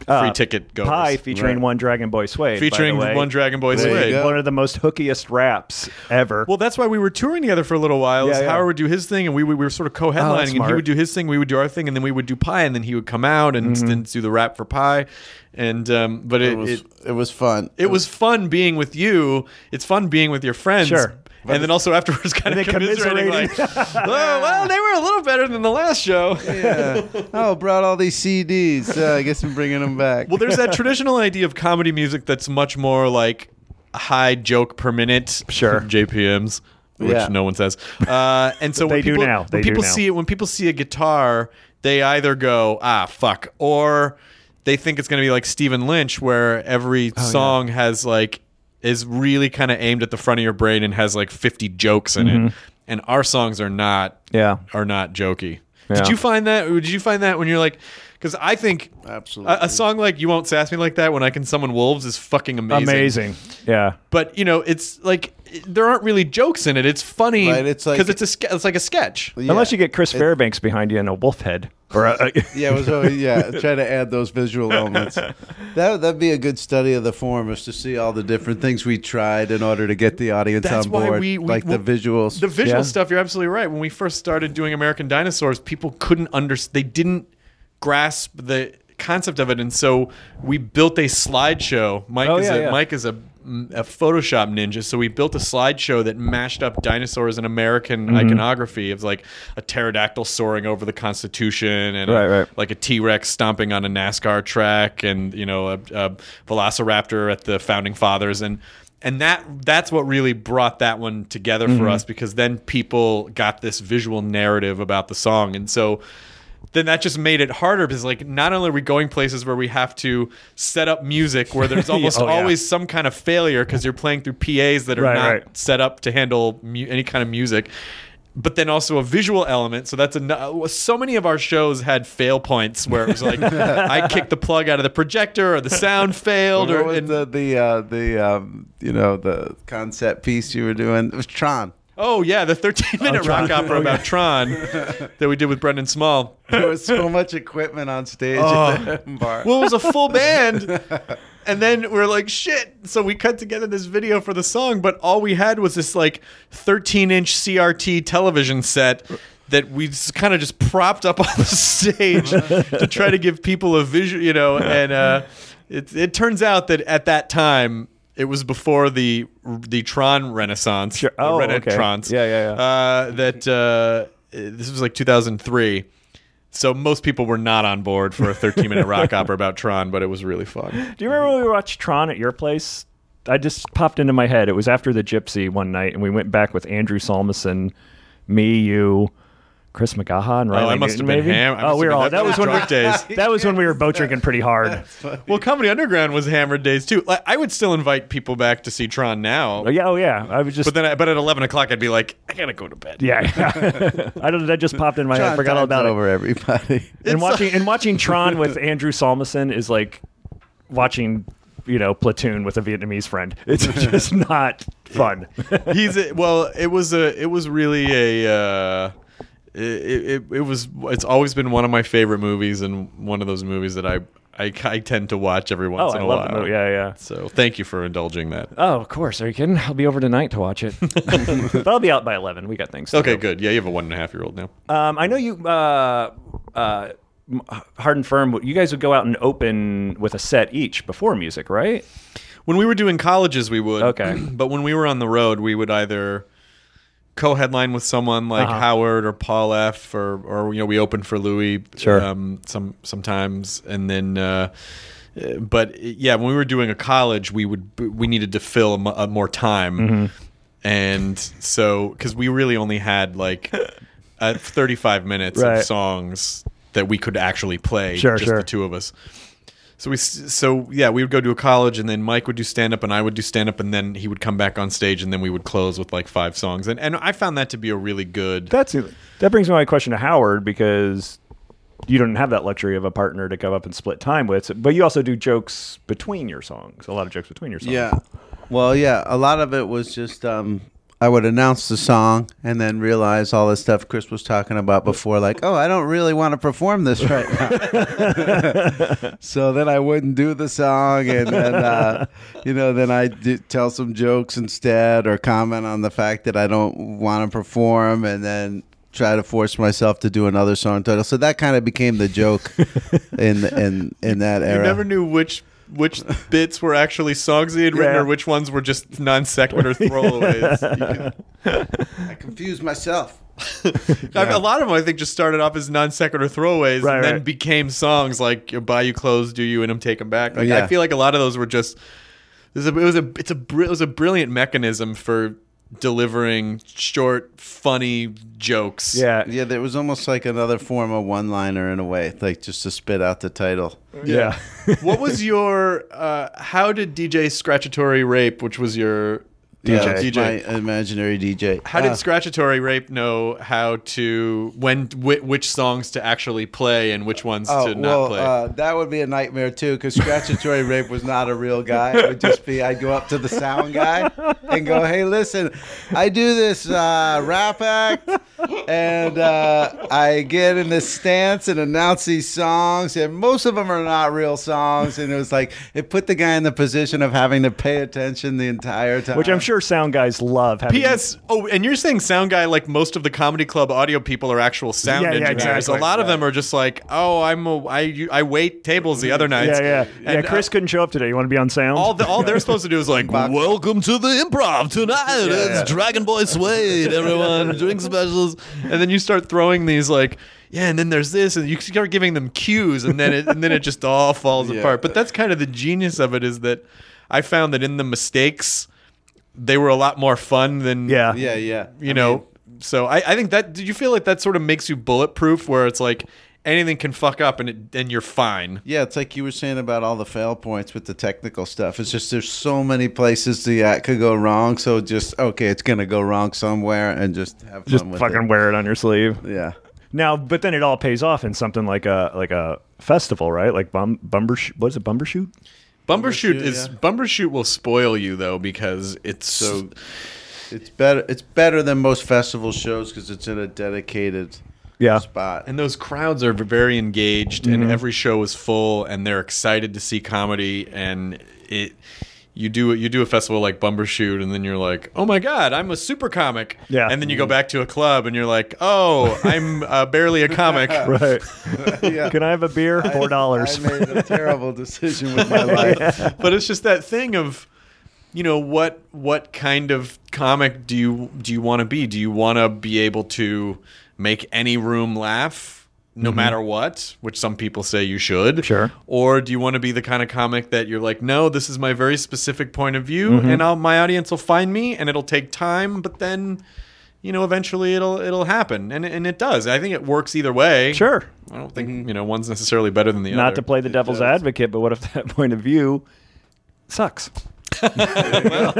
S4: free
S5: Uh,
S4: ticket goers.
S5: Pie featuring
S6: Right.
S5: one Dragon Boy Suede. by the
S4: featuring
S5: way.
S4: one Dragon Boy
S6: There you
S4: Slade.
S6: go.
S5: One of the most hookiest raps ever.
S4: Well, that's why we were touring together for a little while. is
S5: Yeah, yeah.
S4: Howard would do his thing, and we, we were sort of
S5: Oh,
S4: co-headlining,
S5: that's
S4: and he
S5: smart.
S4: would do his thing, we would do our thing, and then we would do Pie, and then he would come out and
S5: Mm-hmm.
S4: then do the rap for Pie, and um, but it,
S6: It was
S4: it,
S6: it, was fun.
S4: it was fun being with you. It's fun being with your friends.
S5: Sure.
S4: And then also afterwards, [LAUGHS] kind of
S5: And then
S4: commiserating, like,
S5: commiserating.
S4: oh, well, they were a little better than the last show.
S6: yeah. [LAUGHS] Oh, brought all these CDs. Uh, I guess I'm bringing them back.
S4: Well, there's
S5: [LAUGHS]
S4: that traditional idea of comedy music that's much more like high joke per minute.
S5: Sure.
S4: JPMs. Which
S6: Yeah.
S4: no one
S5: [LAUGHS]
S4: says. Uh, and so when
S5: They do
S4: people,
S5: now.
S4: when
S5: They do
S4: people
S5: now.
S4: see it, when people see a guitar, they either go ah fuck, or they think it's going to be like Stephen Lynch, where
S5: Oh,
S4: every song has like is really kind of aimed at the front of your brain and has like 50 jokes in
S5: Mm-hmm.
S4: it. And our songs are not
S5: yeah.
S4: are not jokey.
S5: Yeah.
S4: Did you find that? Did you find that when you're like, because I think
S6: Absolutely.
S4: a, a song like "You Won't Sass Me Like That" when I can summon wolves is fucking amazing.
S5: Amazing. Yeah.
S4: But you know, it's like it- there aren't really jokes in it. It's funny
S6: Right, it's like-
S4: because it's a ske- it's like a sketch.
S6: Yeah.
S5: Unless you get Chris Fairbanks behind you and a wolf
S4: [LAUGHS]
S5: head. Or a,
S6: Yeah, it was always, yeah. Try to add those visual elements. That that'd be a good study of the form is to see all the different things we tried in order to get the audience
S4: That's
S6: on
S4: why
S6: board,
S4: we- we-
S6: like the
S4: we-
S6: visuals.
S4: The visual
S5: Yeah.
S4: stuff, you're absolutely right. When we first started doing American Dinosaurs, people couldn't understand. They didn't grasp the concept of it, and so we built a slideshow. Mike
S5: Oh,
S4: is
S5: yeah,
S4: a,
S5: yeah.
S4: Mike is a a Photoshop ninja, so we built a slideshow that mashed up dinosaurs and American
S5: Mm-hmm.
S4: iconography of like a pterodactyl soaring over the Constitution and a-
S5: Right, right.
S4: like a T Rex stomping on a NASCAR track, and you know a, a Velociraptor at the founding fathers, and and that that's what really brought that one together
S5: Mm-hmm.
S4: for us because then people got this visual narrative about the song, and so then that just made it harder because like not only are we going places where we have to set up music where there's almost
S5: Oh, [LAUGHS] yeah.
S4: always some kind of failure because you're playing through PA's that are
S5: Right,
S4: not
S5: right.
S4: set up to handle mu- any kind of music but then also a visual element so that's a so many of our shows had fail points where it was
S6: [LAUGHS]
S4: like i kicked the plug out of the projector or the sound failed
S6: What
S4: or
S6: was
S4: and-
S6: the the uh, the um, you know the concept piece you were doing? It was Tron.
S4: oh yeah the 13 minute rock
S6: [LAUGHS]
S4: opera
S6: Oh,
S4: about tron that we did with brendan small
S6: There was
S4: [LAUGHS]
S6: so much equipment on stage.
S4: Oh.
S6: At that bar.
S4: well it was a
S5: [LAUGHS]
S4: full band and then we're like shit so we cut together this video for the song but all we had was this like 13 inch crt television set that we kind of just propped up [LAUGHS] on the stage to try to give people a visual you know and uh, it, it turns out that at that time it was before the the Tron Renaissance,
S5: [LAUGHS] Sure.
S4: the
S5: Oh, okay.
S4: Renaissance.
S5: Yeah, yeah, yeah.
S4: Uh, that uh, this was like 2003. So most people were not on board for a 13 minute
S5: [LAUGHS]
S4: rock opera about Tron, but it was really fun.
S5: Do you remember when we watched Tron at your place? I just popped into my head. It was after the Gypsy one night, and we went back with Andrew Solomon, me, you, Chris McGaha, and Riley.
S4: Oh, I must have
S5: Newton,
S4: been
S5: maybe?
S4: ham. I must
S5: Oh,
S4: have
S5: we were
S4: been-
S5: all. That was when we
S4: drunk days.
S5: [LAUGHS] That was when we were both drinking
S4: [LAUGHS]
S5: pretty hard.
S4: Well, Comedy Underground was hammered days too. Like, I would still invite people back to see Tron now,
S5: Oh yeah, oh yeah. I was just.
S4: but then I, but at 11 o'clock I'd be like, I gotta go to bed.
S5: [LAUGHS] yeah, [LAUGHS] I don't. That just popped in my head. I forgot all about it.
S6: over everybody.
S5: and watching
S4: [LAUGHS]
S5: and watching Tron with Andrew Salmison is like watching you know platoon with a Vietnamese friend.
S4: [LAUGHS]
S5: It's just not fun.
S4: He's a, well, it was a it was really a. Uh, it, it, it was it's always been one of my favorite movies and one of those movies that I I, I tend to watch every
S5: oh,
S4: once
S5: I
S4: in a
S5: love
S4: while.
S5: the movie. Yeah, yeah.
S4: So thank you for indulging that.
S5: Oh, of course. Are you kidding? I'll be over tonight to
S4: [LAUGHS]
S5: watch it. but I'll be out by eleven. We got things. to
S4: Okay,
S5: do.
S4: good. Yeah, you have a one and a half year old now.
S5: Um, I know you. Uh, uh, m- hard and firm. You guys would go out and open with a set each before music, right?
S4: When we were doing colleges, we would.
S5: Okay.
S4: [CLEARS THROAT] but when we were on the road, we would either co-headline with someone like
S5: Uh-huh.
S4: Howard or Paul F. or or you know we opened for Louis.
S5: Sure.
S4: Um, some sometimes and then. Uh, uh, but yeah, when we were doing a college, we would we needed to fill m- uh, more time,
S5: Mm-hmm.
S4: and so because we really only had
S5: [LAUGHS]
S4: like uh, thirty five minutes
S5: Right.
S4: of songs that we could actually play,
S5: Sure,
S4: just
S5: sure.
S4: the two of us. So we, s- so yeah, we would go to a college, and then Mike would do stand up, and I would do stand up, and then he would come back on stage, and then we would close with like five songs, and and I found that to be a really good.
S5: That's that brings me to my question to Howard because you don't have that luxury of a partner to come up and split time with, but you also do jokes between your songs, a lot of jokes between your songs.
S6: Yeah. Well, yeah, a lot of it was just um, I would announce the song and then realize all the stuff Chris was talking about before, like, oh, I don't really want to perform this [LAUGHS] right now. [LAUGHS] so then I wouldn't do the song, and then uh, you know, then I tell some jokes instead, or comment on the fact that I don't want to perform, and then try to force myself to do another song title. So that kind of became the [LAUGHS] joke in in in that
S4: You
S6: era.
S4: never knew which
S5: [LAUGHS]
S4: which bits were actually songs he had written
S5: Yeah.
S4: or which ones were just non
S5: [LAUGHS]
S4: sequitur throwaways.
S6: I confused myself.
S4: I mean, a lot of them, I think, just started off as non sequitur throwaways
S5: Right,
S4: and then
S5: right.
S4: became songs like "Buy You Clothes, Do You," and "I'm Take 'Em Back." Like,
S6: Yeah.
S4: I feel like a lot of those were just. It was a, it was a it's a br- it was a brilliant mechanism for delivering short, funny jokes.
S5: Yeah.
S6: Yeah, there was almost like another form of one liner in a way, like just to spit out the title.
S5: Yeah.
S4: [LAUGHS]
S5: [LAUGHS]
S4: what was your? Uh, how did DJ Scratchatory Rape, which was your
S6: Yeah,
S4: uh,
S6: it's My imaginary DJ.
S4: How did
S6: Uh,
S4: Scratchatory Rape know how to when whi which songs to actually play and which ones
S6: Oh,
S4: to not
S6: well,
S4: play?
S6: uh, that would be a nightmare too, because Scratchatory Rape was not a real guy. It would just be I'd go up to the sound guy and go, "Hey, listen, I do this uh, rap act, and uh, I get in this stance and announce these songs, and most of them are not real songs." And it was like it put the guy in the position of having to pay attention the entire time,
S5: Which I'm sure sound guys love. having-
S4: P.S. Oh, and you're saying sound guy like most of the comedy club audio people are actual sound
S5: Yeah, yeah,
S4: engineers.
S5: exactly.
S4: A lot of them are just like, oh, I'm a, I you- I wait tables the other nights.
S5: Yeah, yeah. yeah,
S4: And,
S5: Chris
S4: uh,
S5: couldn't show up today. You want to be on sound?
S4: all, the, all they're supposed to do is like,
S6: Box.
S4: [LAUGHS] welcome to the improv tonight. it's
S6: yeah.
S4: Dragon Boy Suede, [LAUGHS] everyone, doing specials. And then you start throwing these like, yeah, and then there's this, and you start giving them cues, and then it, and then it just all [LAUGHS] falls
S6: Yeah.
S4: apart. But that's kind of the genius of it is that I found that in the mistakes, they were a lot more fun than
S5: yeah.
S6: Yeah, yeah.
S4: you
S6: I
S4: know
S6: mean,
S4: so I, I think that do you feel like that sort of makes you bulletproof where it's like anything can fuck up and it, and you're fine
S6: yeah, it's like you were saying about all the fail points with the technical stuff. It's just there's so many places the act could go wrong. So just okay, it's gonna go wrong somewhere, and just have fun
S5: Just
S6: with
S5: fucking wear it on your sleeve.
S6: it. Yeah,
S5: Now, but then it all pays off in something like a like a festival, right? Like bum bumbershoot. What is it? Bumbershoot.
S4: bumbershoot,
S6: Bumbershoot,
S4: is
S6: yeah.
S4: bumbershoot will spoil you though because it's
S6: So-
S4: so
S6: it's better. It's better than most festival shows because it's in a dedicated
S5: Yeah.
S6: spot.
S4: and those crowds are very engaged and every show is full and they're excited to see comedy and it you do you do a festival like Bumbershoot and then you're like, "Oh my god, I'm a super comic."
S5: Yeah.
S4: And then you go back to a club and you're like, "Oh, I'm uh, barely a comic."
S5: Right.
S6: Yeah.
S5: [LAUGHS] Can I have a beer? Four dollars.
S6: [LAUGHS] I made [LAUGHS] a terrible decision with [LAUGHS] my life.
S4: [LAUGHS] but it's just that thing of you know what what kind of comic do you do you want to be do you want to be able to make any room laugh no matter what which some people say you should
S5: Mm-hmm. Sure.
S4: or do you want to be the kind of comic that you're like no this is my very specific point of view
S5: Mm-hmm.
S4: and I'll, my audience will find me and it'll take time but then you know eventually it'll it'll happen and and it does i think it works either way
S5: Sure. Mm-hmm.
S4: i don't think you know one's necessarily better than the other [LAUGHS]
S5: Not to play the devil's advocate, but what if [LAUGHS] that point of view sucks? No,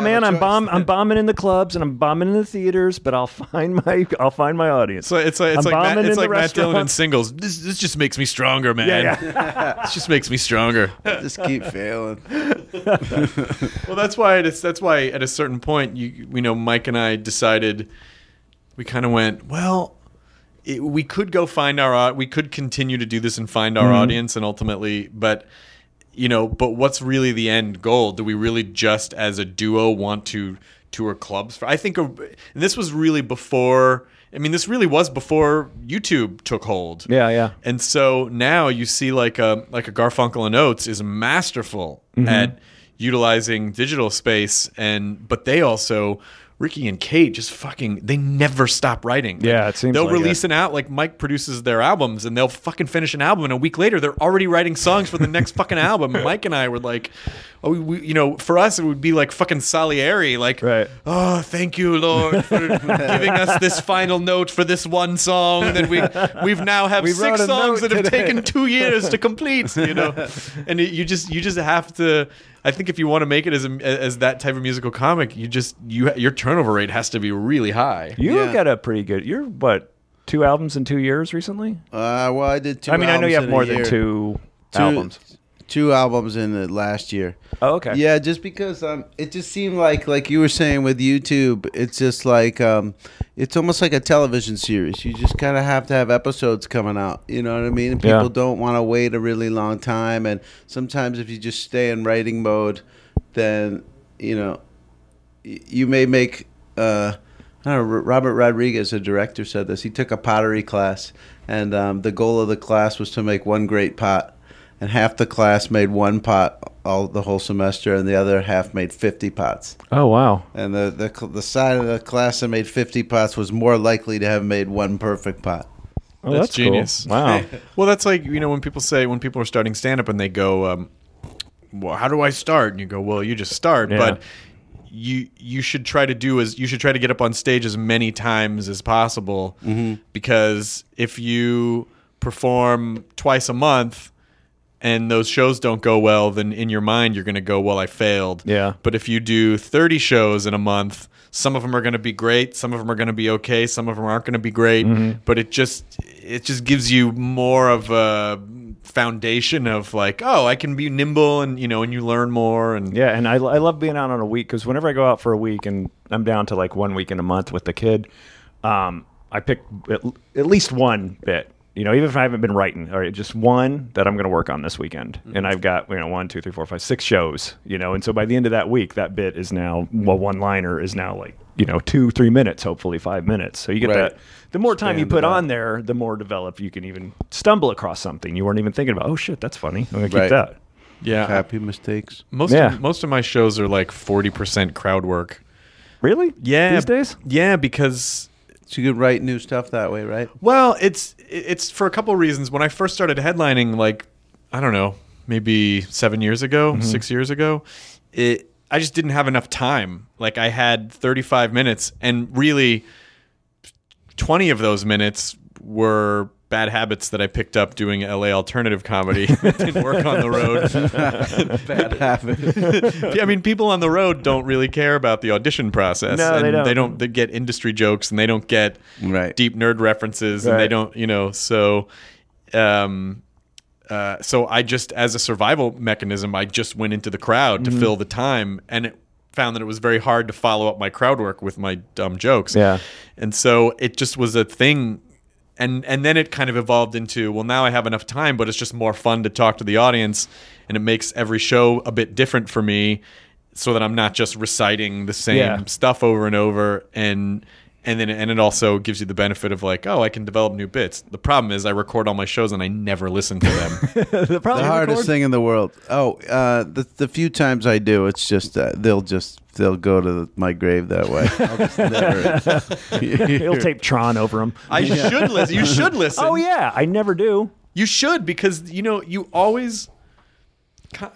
S5: man, I'm bomb.
S6: [LAUGHS]
S5: I'm bombing in the clubs and I'm bombing in the theaters, but I'll [LAUGHS] find my I'll find my audience.
S4: So it's like it's
S5: I'm
S4: like Matt,
S5: bombing
S4: it's
S5: in
S4: like
S5: the
S4: Matt Dillon in
S5: restaurant.
S4: singles. This this just makes me stronger, man.
S5: yeah, yeah.
S4: this just makes me stronger.
S6: Just keep [LAUGHS] failing.
S4: [LAUGHS]
S6: Uh,
S4: well, that's why it's that's why at a certain point, you you know, Mike and I decided we kind of went well. It, we could go find our au- we could continue to do this and find
S5: Mm-hmm.
S4: our audience and ultimately, but you know, but what's really the end goal? Do we really just as a duo want to tour clubs? For I think, a, and this was really before. I mean, this really was before YouTube took hold.
S5: [LAUGHS] Yeah, yeah.
S4: And so now you see like a like a Garfunkel and Oates is masterful
S5: Mm-hmm.
S4: at utilizing digital space and but they also Ricky and Kate just fucking they never stop writing. Like,
S5: Yeah, it seems
S4: they'll
S5: like
S4: release an
S5: it.
S4: out like Mike produces their albums and they'll fucking finish an album and a week later they're already writing songs for the
S5: [LAUGHS]
S4: next fucking album. Mike and I were like, oh, we, we, you know, for us it would be like fucking Salieri, like
S5: Right.
S4: Oh, thank you, Lord, for [LAUGHS] giving us this final note for this one song that we we've now have
S5: We wrote
S4: six
S5: a
S4: songs
S5: note
S4: that have
S5: today.
S4: taken two years to complete. You
S5: [LAUGHS]
S4: know, and it, you just you just have to. I think if you want to make it as a, as that type of musical comic, you just you your turnover rate has to be really high.
S5: You
S6: Yeah.
S5: got a pretty good. You're what two albums in two years recently?
S6: Uh, well, I did two.
S5: I mean, I know
S6: albums
S5: you have
S6: in a
S5: more than
S6: year.
S5: two, albums.
S6: two albums in the last year.
S5: Oh, okay.
S6: Yeah, just because um, it just seemed like like you were saying with YouTube, it's just like um, it's almost like a television series. You just kind of have to have episodes coming out. You know what I mean? And
S5: Yeah.
S6: people don't want to wait a really long time, and sometimes if you just stay in writing mode, then you know y- you may make. Uh, I don't know, Robert Rodriguez, a director, said this. He took a pottery class, and um, the goal of the class was to make one great pot. And half the class made one pot all the whole semester, and the other half made fifty pots.
S5: Oh wow.
S6: And the the, cl- the side of the class that made fifty pots was more likely to have made one perfect pot.
S5: Oh,
S4: That's
S5: cool.
S4: genius.
S6: [LAUGHS]
S5: Wow.
S4: [LAUGHS] Well, that's like you know when people say when people are starting stand up and they go, um, "Well, how do I start?" and you go, "Well, you just start."
S5: Yeah.
S4: But you you should try to do as you should try to get up on stage as many times as possible because if you perform twice a month and those shows don't go well, then in your mind you're going to go, "Well, I failed."
S5: Yeah.
S4: But if you do 30 shows in a month, some of them are going to be great, some of them are going to be okay, some of them aren't going to be great,
S5: Mm-hmm.
S4: but it just it just gives you more of a foundation of like, oh, I can be nimble and you know, and you learn more and
S5: Yeah, and I, I love being out on a week because whenever I go out for a week and I'm down to like one week in a month with the kid, um, I pick at, at least one bit. You know, even if I haven't been writing, or just one that I'm going to work on this weekend,
S6: Mm-hmm.
S5: and I've got you know one, two, three, four, five, six shows. You know, and so by the end of that week, that bit is now well, one liner is now like you know two, three minutes, hopefully five minutes. So you get
S6: Right.
S5: that. The more time you
S6: Expand
S5: put
S6: it out.
S5: on there, the more developed you can even stumble across something you weren't even thinking about. Oh shit, that's funny. I'm going to keep
S6: Right.
S5: that.
S4: yeah.
S6: Happy mistakes.
S4: Most
S5: Yeah.
S4: Of, most of my shows are like 40% crowd work.
S5: Really?
S4: Yeah.
S5: These days.
S4: Yeah, because
S6: So you could write new stuff that way, right? [LAUGHS]
S4: Well, it's it's for a couple of reasons. When I first started headlining, like I don't know, maybe seven years ago, six years ago, it I just didn't have enough time. Like I had 35 minutes, and really, 20 of those minutes were bad habits that I picked up doing LA alternative comedy. [LAUGHS] It didn't work on the road.
S6: Bad habit.
S4: Yeah, [LAUGHS] I mean, people on the road don't really care about the audition process.
S5: No,
S4: and
S5: they don't.
S4: They don't they get industry jokes, and they don't get
S6: Right.
S4: deep nerd references, and they
S5: Right.
S4: don't, you know. So, um, uh, so I just as a survival mechanism, I just went into the crowd to
S5: Mm-hmm.
S4: fill the time, and it found that it was very hard to follow up my crowd work with my dumb jokes.
S5: Yeah.
S4: and so it just was a thing. And, and then it kind of evolved into well now I have enough time but it's just more fun to talk to the audience and it makes every show a bit different for me so that I'm not just reciting the same
S5: Yeah.
S4: stuff over and over and and then and it also gives you the benefit of like oh I can develop new bits the problem is I record all my shows and I never listen to them
S5: The, problem
S6: the hardest thing in the world. Oh, uh, the the few times I do, it's just uh, they'll just they'll go to my grave that way. I'll just never.
S5: It'll tape Tron over him.
S4: I should listen you should listen
S5: [LAUGHS] oh yeah, I never do.
S4: You should because you know you always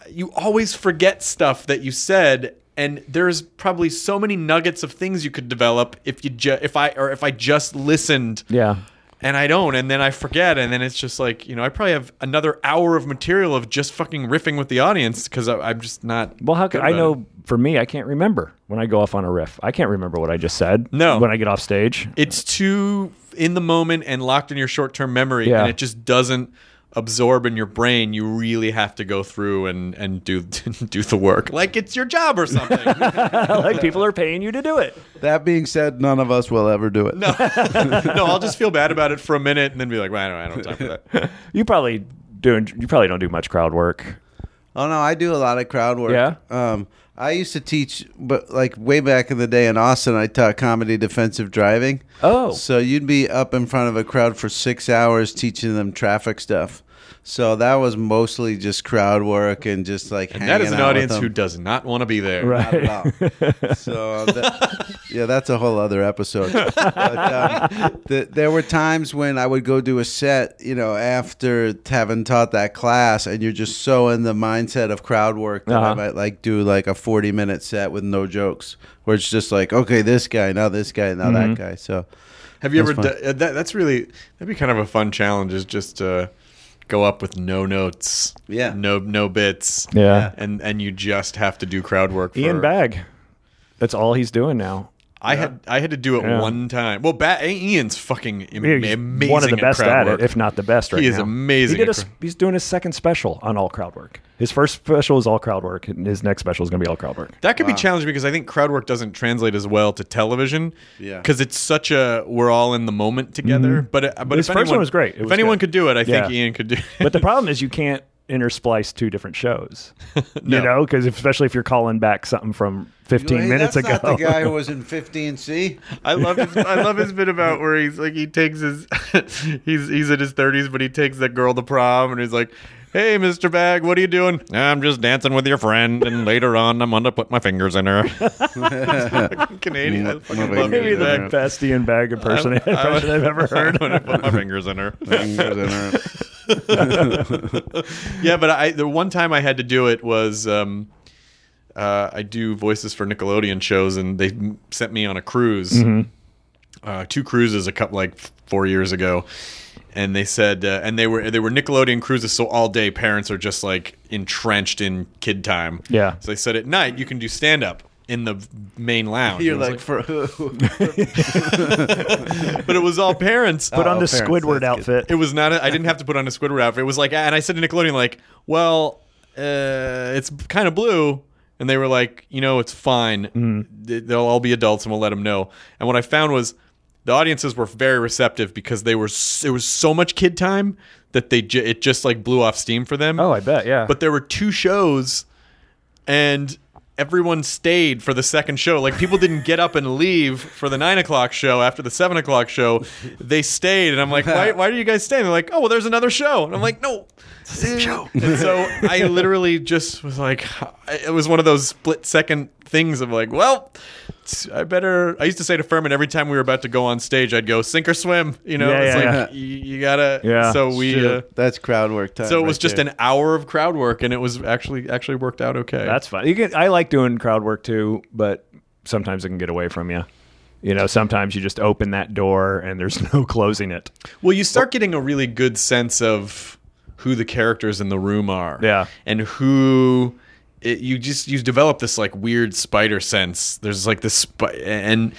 S4: you always forget stuff that you said and there's probably so many nuggets of things you could develop if you ju- if I or if I just listened
S5: Yeah.
S4: and I don't and then I forget and then it's just like you know I probably have another hour of material of just fucking riffing with the audience because I'm just not
S5: Well, how
S4: good
S5: could I
S4: about
S5: know? For me, I can't remember when I go off on a riff. I can't remember what I just said.
S4: No.
S5: When I get off stage.
S4: it. it's too in the moment and locked in your short term memory
S5: Yeah.
S4: and it just doesn't absorb in your brain you really have to go through and and do [LAUGHS] do the work like it's your job
S6: [LAUGHS]
S4: or something
S5: [LAUGHS]
S4: [LAUGHS]
S5: like people are paying you to do it.
S6: [LAUGHS] that being said, none of us will ever do it.
S4: No, no, I'll just feel bad about it for a minute and then be like, well, I don't, I don't have time
S6: [LAUGHS]
S4: for that.
S5: You probably do. You probably don't do much crowd work.
S6: Oh no, I do a lot of crowd work.
S5: Yeah?
S6: Um, I used to teach, but like way back in the day in Austin, I taught comedy defensive driving.
S5: Oh.
S6: So you'd be up in front of a crowd for six hours teaching them traffic stuff. So that was mostly just crowd work and just like
S4: And
S6: hanging
S4: that is an
S6: out with
S4: audience
S6: them.
S4: who does not want to be there.
S6: Not at all. so uh, that- yeah, that's a whole other episode. But, um, th- there were times when I would go do a set, you know, after having taught that class, and you're just so in the mindset of crowd work that I
S5: Uh-huh.
S6: might like do like a 40 minute set with no jokes, where it's just like, okay, this guy, now this guy, now
S4: Mm-hmm.
S6: that guy. So
S4: Have you
S6: That's
S4: ever? d- uh, that, that's really that'd be kind of a fun challenge. Is just uh, go up with no notes.
S6: Yeah.
S4: No no bits.
S5: Yeah.
S4: And and you just have to do crowd work. For,
S5: Ian Bagg. That's all he's doing now.
S4: I had I had to do it one time. Well, Bat Ian's fucking am-
S5: He's
S4: amazing.
S5: one of the
S4: at
S5: best
S4: crowd
S5: at
S4: work.
S5: it, if not the best right
S4: He is
S5: now.
S4: amazing
S5: He did
S4: at
S5: a s-
S4: cra-
S5: he's doing his second special on all crowd work. His first special is all crowd work, and his next special is going to be all crowd work.
S4: That could be challenging because I think crowd work doesn't translate as well to television.
S6: Yeah.
S4: Because it's such a we're all in the moment together. But but
S5: His
S4: if
S5: Mm-hmm. first
S4: anyone,
S5: one was great. It
S4: if
S5: was
S4: anyone
S5: good.
S4: could do it, I think
S5: Yeah.
S4: Ian could do. it.
S5: But the problem is you can't intersplice two
S6: [LAUGHS]
S5: different shows, you know, because especially if you're calling back something from 15
S6: Hey,
S5: minutes
S6: that's
S5: ago.
S6: Not the guy who was in
S4: [LAUGHS]
S6: 15C.
S4: I love his, I love his bit [LAUGHS] about where he's like he takes his [LAUGHS] he's he's in his thirties, but he takes that girl to prom and he's like, "Hey, Mister Bag, what are you doing? I'm just dancing with your friend, [LAUGHS] and later on, I'm gonna put my fingers in her." Canadian, I [LAUGHS] fucking love
S5: [LAUGHS] Maybe
S4: Ian
S5: the
S4: Bag.
S5: best Ian
S6: [LAUGHS]
S5: Bag impersona- impression I've
S4: [LAUGHS]
S5: ever
S4: I'm
S5: heard.
S4: gonna put my fingers in her. [LAUGHS] [LAUGHS] yeah, but I the one time I had to do it was um, uh, I do voices for Nickelodeon shows, and they m- sent me on a cruise,
S5: Mm-hmm.
S4: uh, two cruises, a couple like f- four years ago, and they said, uh, and they were they were Nickelodeon cruises, so all day parents are just like entrenched in kid time.
S5: Yeah.
S4: So they said at night you can do stand up in the main lounge.
S6: You're
S4: And I
S6: like,
S4: was
S6: for who?
S4: like- [LAUGHS] but it was all parents.
S5: Put on the
S6: parents,
S5: Squidward
S6: Oh, that's good.
S5: outfit.
S4: It was not. I I didn't have to put on a Squidward outfit. It was like, and I said to Nickelodeon, like, well, uh, it's kind of blue, and they were like, you know, it's fine. They- They'll all be adults, and we'll let them know. And what I found was the audiences were very receptive because they were. s- It was so much kid time that they ju- it just like blew off steam for them.
S5: Oh, I bet, yeah.
S4: But there were two shows, and everyone stayed for the second show. Like people didn't get up and leave for the nine o'clock show after the seven o'clock show. They stayed, and I'm like, why, why do you guys stay? And they're like, oh well, there's another show, and I'm like, no, it's the same show. And so I literally just was like, it was one of those split second things of like, well. I better. I used to say to Furman every time we were about to go on stage, I'd go sink or swim. You know,
S5: Yeah,
S4: it's
S5: yeah,
S4: like You, you gotta.
S5: Yeah.
S4: So [LAUGHS] we. Uh,
S6: That's crowd work time.
S4: so it
S6: right
S4: was just
S6: there.
S4: an hour of crowd work, and it was actually actually worked out okay.
S5: That's fun. You can, I like doing crowd work too, but sometimes it can get away from you. You know, sometimes you just open that door and there's [LAUGHS] no closing it.
S4: well, you start getting a really good sense of who the characters in the room are,
S5: Yeah.
S4: and who it, you just you develop this like weird spider sense. There's like this spi- and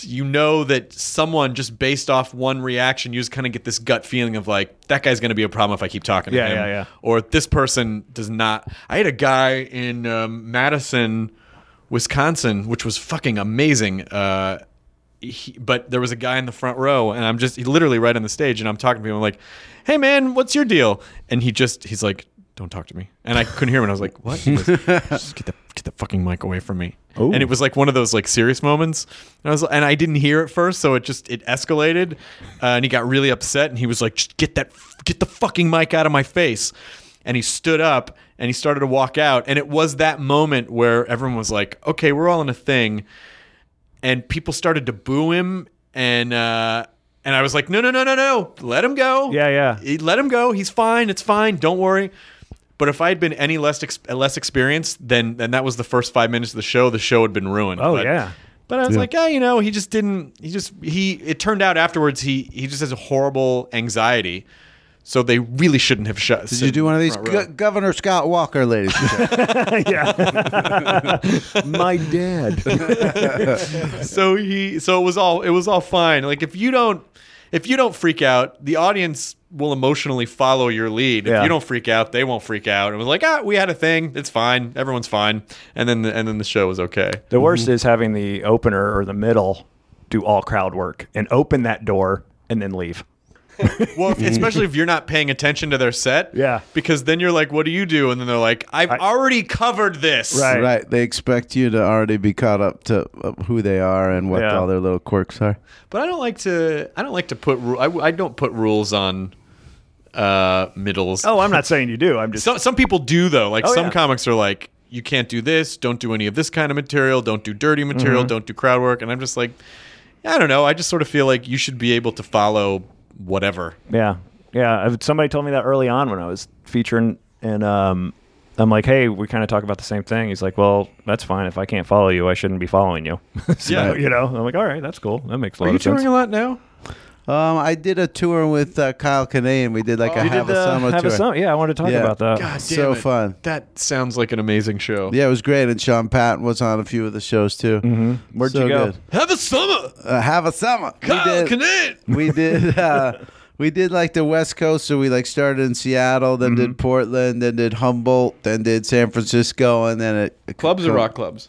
S4: you know that someone just based off one reaction, you just kind of get this gut feeling of like that guy's going to be a problem if I keep talking
S5: Yeah,
S4: to him,
S5: yeah, yeah.
S4: or this person does not. I had a guy in um, Madison, Wisconsin, which was fucking amazing. Uh, he, but there was a guy in the front row, and I'm just he literally right on the stage, and I'm talking to him. I'm like, "Hey, man, what's your deal?" And he just he's like, "Don't talk to me." And I couldn't hear him. And I was like, "What?" He goes, just get the get the fucking mic away from me. And it was like one of those like serious moments. And I was and I didn't hear it first, so it just it escalated, uh, and he got really upset, and he was like, "Just get that get the fucking mic out of my face." And he stood up and he started to walk out, and it was that moment where everyone was like, "Okay, we're all in a thing." and people started to boo him and uh and I was like, no, no, no, no, no, let him go.
S5: Yeah, yeah.
S4: He- Let him go. He's fine. It's fine. Don't worry. But if I had been any less ex- less experienced, then then that was the first five minutes of the show. The show had been ruined.
S5: Oh,
S4: But-
S5: yeah.
S4: But I was like, yeah, you know, he just didn't. He just he. It turned out afterwards he he just has a horrible anxiety. So they really shouldn't have shut.
S6: Did you do one of these Go- Governor Scott Walker, ladies? and gentlemen?
S5: [LAUGHS] yeah. [LAUGHS] My dad.
S4: so he so it was all it was all fine like if you don't if you don't freak out the audience will emotionally follow your lead if
S5: Yeah.
S4: you don't freak out they won't freak out it was like ah we had a thing it's fine everyone's fine and then the, and then the show was okay
S5: The
S6: Mhm.
S5: worst is having the opener or the middle do all crowd work and open that door and then leave. [LAUGHS]
S4: well if- especially if you're not paying attention to their set
S5: Mhm. Yeah.
S4: because then you're like what do you do and then they're like i've already covered this
S5: Right.
S6: right. They expect you to already be caught up to uh, who they are and what
S5: Yeah.
S6: all their little quirks are.
S4: But I don't like to. I don't like to put. ru- I, I don't put rules on uh middles.
S5: Oh, I'm not saying you do. I'm just
S4: Some some people do though. Like
S5: Oh,
S4: some
S5: yeah.
S4: comics are like, you can't do this. Don't do any of this kind of material. Don't do dirty material. Don't do crowd work. And I'm just like, I don't know. I just sort of feel like you should be able to follow whatever.
S5: Yeah, yeah. I've- Somebody told me that early on when I was featuring, and um, I'm like, "Hey, we kind of talk about the same thing." He's like, "Well, that's fine. If I can't follow you, [LAUGHS] I shouldn't be following you." so,
S4: Yeah.
S5: you know. I'm like, "All right, that's cool. That makes a lot of sense."
S4: lot now?
S6: Um, I did a tour with uh, Kyle Kinane, and we did like a
S5: You
S6: have a
S5: did the
S6: summer
S5: have
S6: tour.
S5: a song. Yeah, I wanted to talk
S6: Yeah.
S5: about that.
S4: God damn
S6: So
S4: it.
S6: fun.
S4: That sounds like an amazing show.
S6: Yeah, it was great, and Sean Patton was on a few of the shows too. Mm-hmm.
S5: Where'd you go?
S4: Have a summer.
S6: Uh, have a summer.
S4: Kyle
S6: we did.
S4: Kinane.
S5: [LAUGHS]
S6: we did. Uh, we did like the West Coast, so we like started in Seattle, then
S5: Mm-hmm.
S6: did Portland, then did Humboldt, then did San Francisco, and then it, it
S4: Clubs
S6: co-
S4: or rock clubs?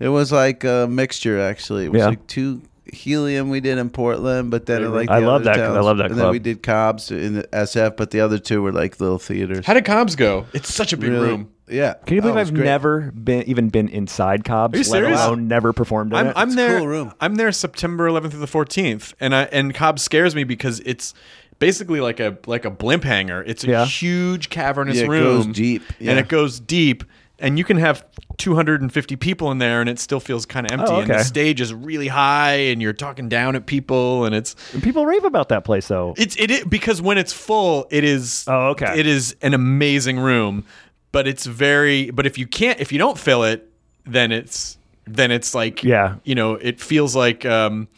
S6: It was like a mixture, actually. It was
S5: Yeah.
S6: like two helium we did in Portland, but then like
S5: I
S6: the
S5: love
S6: other
S5: that- I
S6: towns-
S5: love that
S6: And then
S5: club.
S6: we did Cobb's in the SF, but the other two were like little theaters.
S4: How did Cobbs go? It's such a big
S6: Really-
S4: room.
S6: Yeah.
S5: Can you believe
S6: Oh, it was
S5: I've
S6: great.
S5: never been even been inside Cobb's,
S4: Are you
S5: let
S4: serious?
S5: alone never performed in
S4: I'm,
S5: it?
S4: I'm there.
S6: cool room.
S4: I'm there September 11th through the 14th, and I and Cobb scares me because it's basically like a like a blimp hangar. It's a
S5: Yeah.
S4: huge cavernous
S6: Yeah, it
S4: room,
S6: goes deep, yeah.
S4: and it goes deep, and you can have 250 people in there, and it still feels kind of empty. And the
S5: Oh, okay.
S4: stage is really high, and you're talking down at people, and it's
S5: People rave about that place though.
S4: it's it, it because when it's full, it is.
S5: Oh, okay.
S4: It is an amazing room, but it's very. But if you can't, if you don't fill it, then it's then it's like
S5: Yeah.
S4: you know, it feels like um,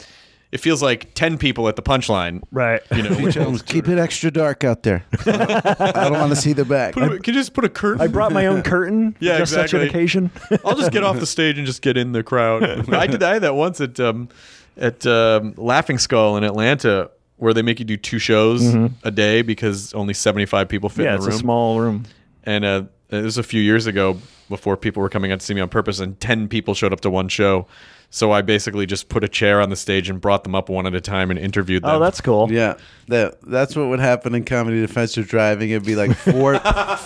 S4: it feels like ten people at the punchline,
S5: right.
S4: You
S5: [LAUGHS]
S4: know, which
S6: Jones, keep it extra dark out there. I don't want to see the back.
S4: Put a- can you just put a curtain?
S5: I brought my own curtain.
S4: Yeah,
S5: for just such an
S4: exactly.
S5: occasion.
S4: [LAUGHS] I'll just get off the stage and just get in the crowd. I did I had that once at um, at um, Laughing Skull in Atlanta, where they make you do two shows a day because only seventy five people fit
S5: Mm-hmm. yeah,
S4: in the
S5: it's
S4: room.
S5: a small room.
S4: and uh, it was a few years ago before people were coming out to see me on purpose, and ten people showed up to one show. So I basically just put a chair on the stage and brought them up one at a time and interviewed them.
S5: Oh, that's cool.
S6: Yeah, that that's what would happen in comedy defensive driving. It'd be like
S5: [LAUGHS]
S6: four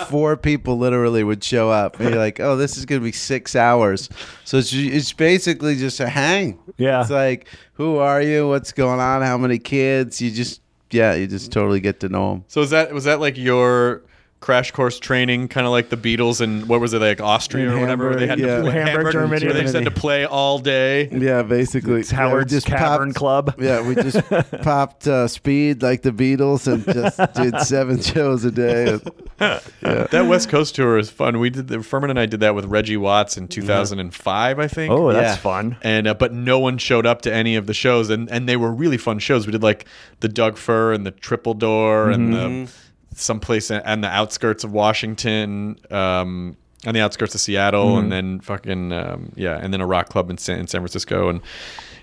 S6: four people literally would show up, and you're like, "Oh, this is gonna be six hours." So it's ju- it's basically just a hang.
S5: Yeah.
S6: it's like, who are you? What's going on? How many kids? You just yeah, you just totally get to know them.
S4: so. Is that was that like your crash course training, kind of like the Beatles and what was it like Austria
S6: In
S4: or whatever? where they had
S6: Hamburg,
S4: to play
S5: yeah. Hamburg, Germany.
S4: where they just had to play all day.
S6: Yeah, basically,
S5: It's Howard's Cavern Club.
S6: Yeah, we
S5: [LAUGHS]
S6: just popped uh, speed like the Beatles and just did
S5: [LAUGHS]
S6: seven shows a day.
S4: That West Coast tour is fun. We did the Furman and I did that with Reggie Watts in 2005, I think.
S5: Oh, that's
S6: Yeah.
S5: fun.
S4: and uh, but no one showed up to any of the shows and and they were really fun shows we did like the doug fur and the triple door
S5: Mm-hmm.
S4: and the someplace a- and the outskirts of washington um on the outskirts of seattle
S5: Mm-hmm.
S4: and then fucking um, yeah and then a rock club in san, in san francisco and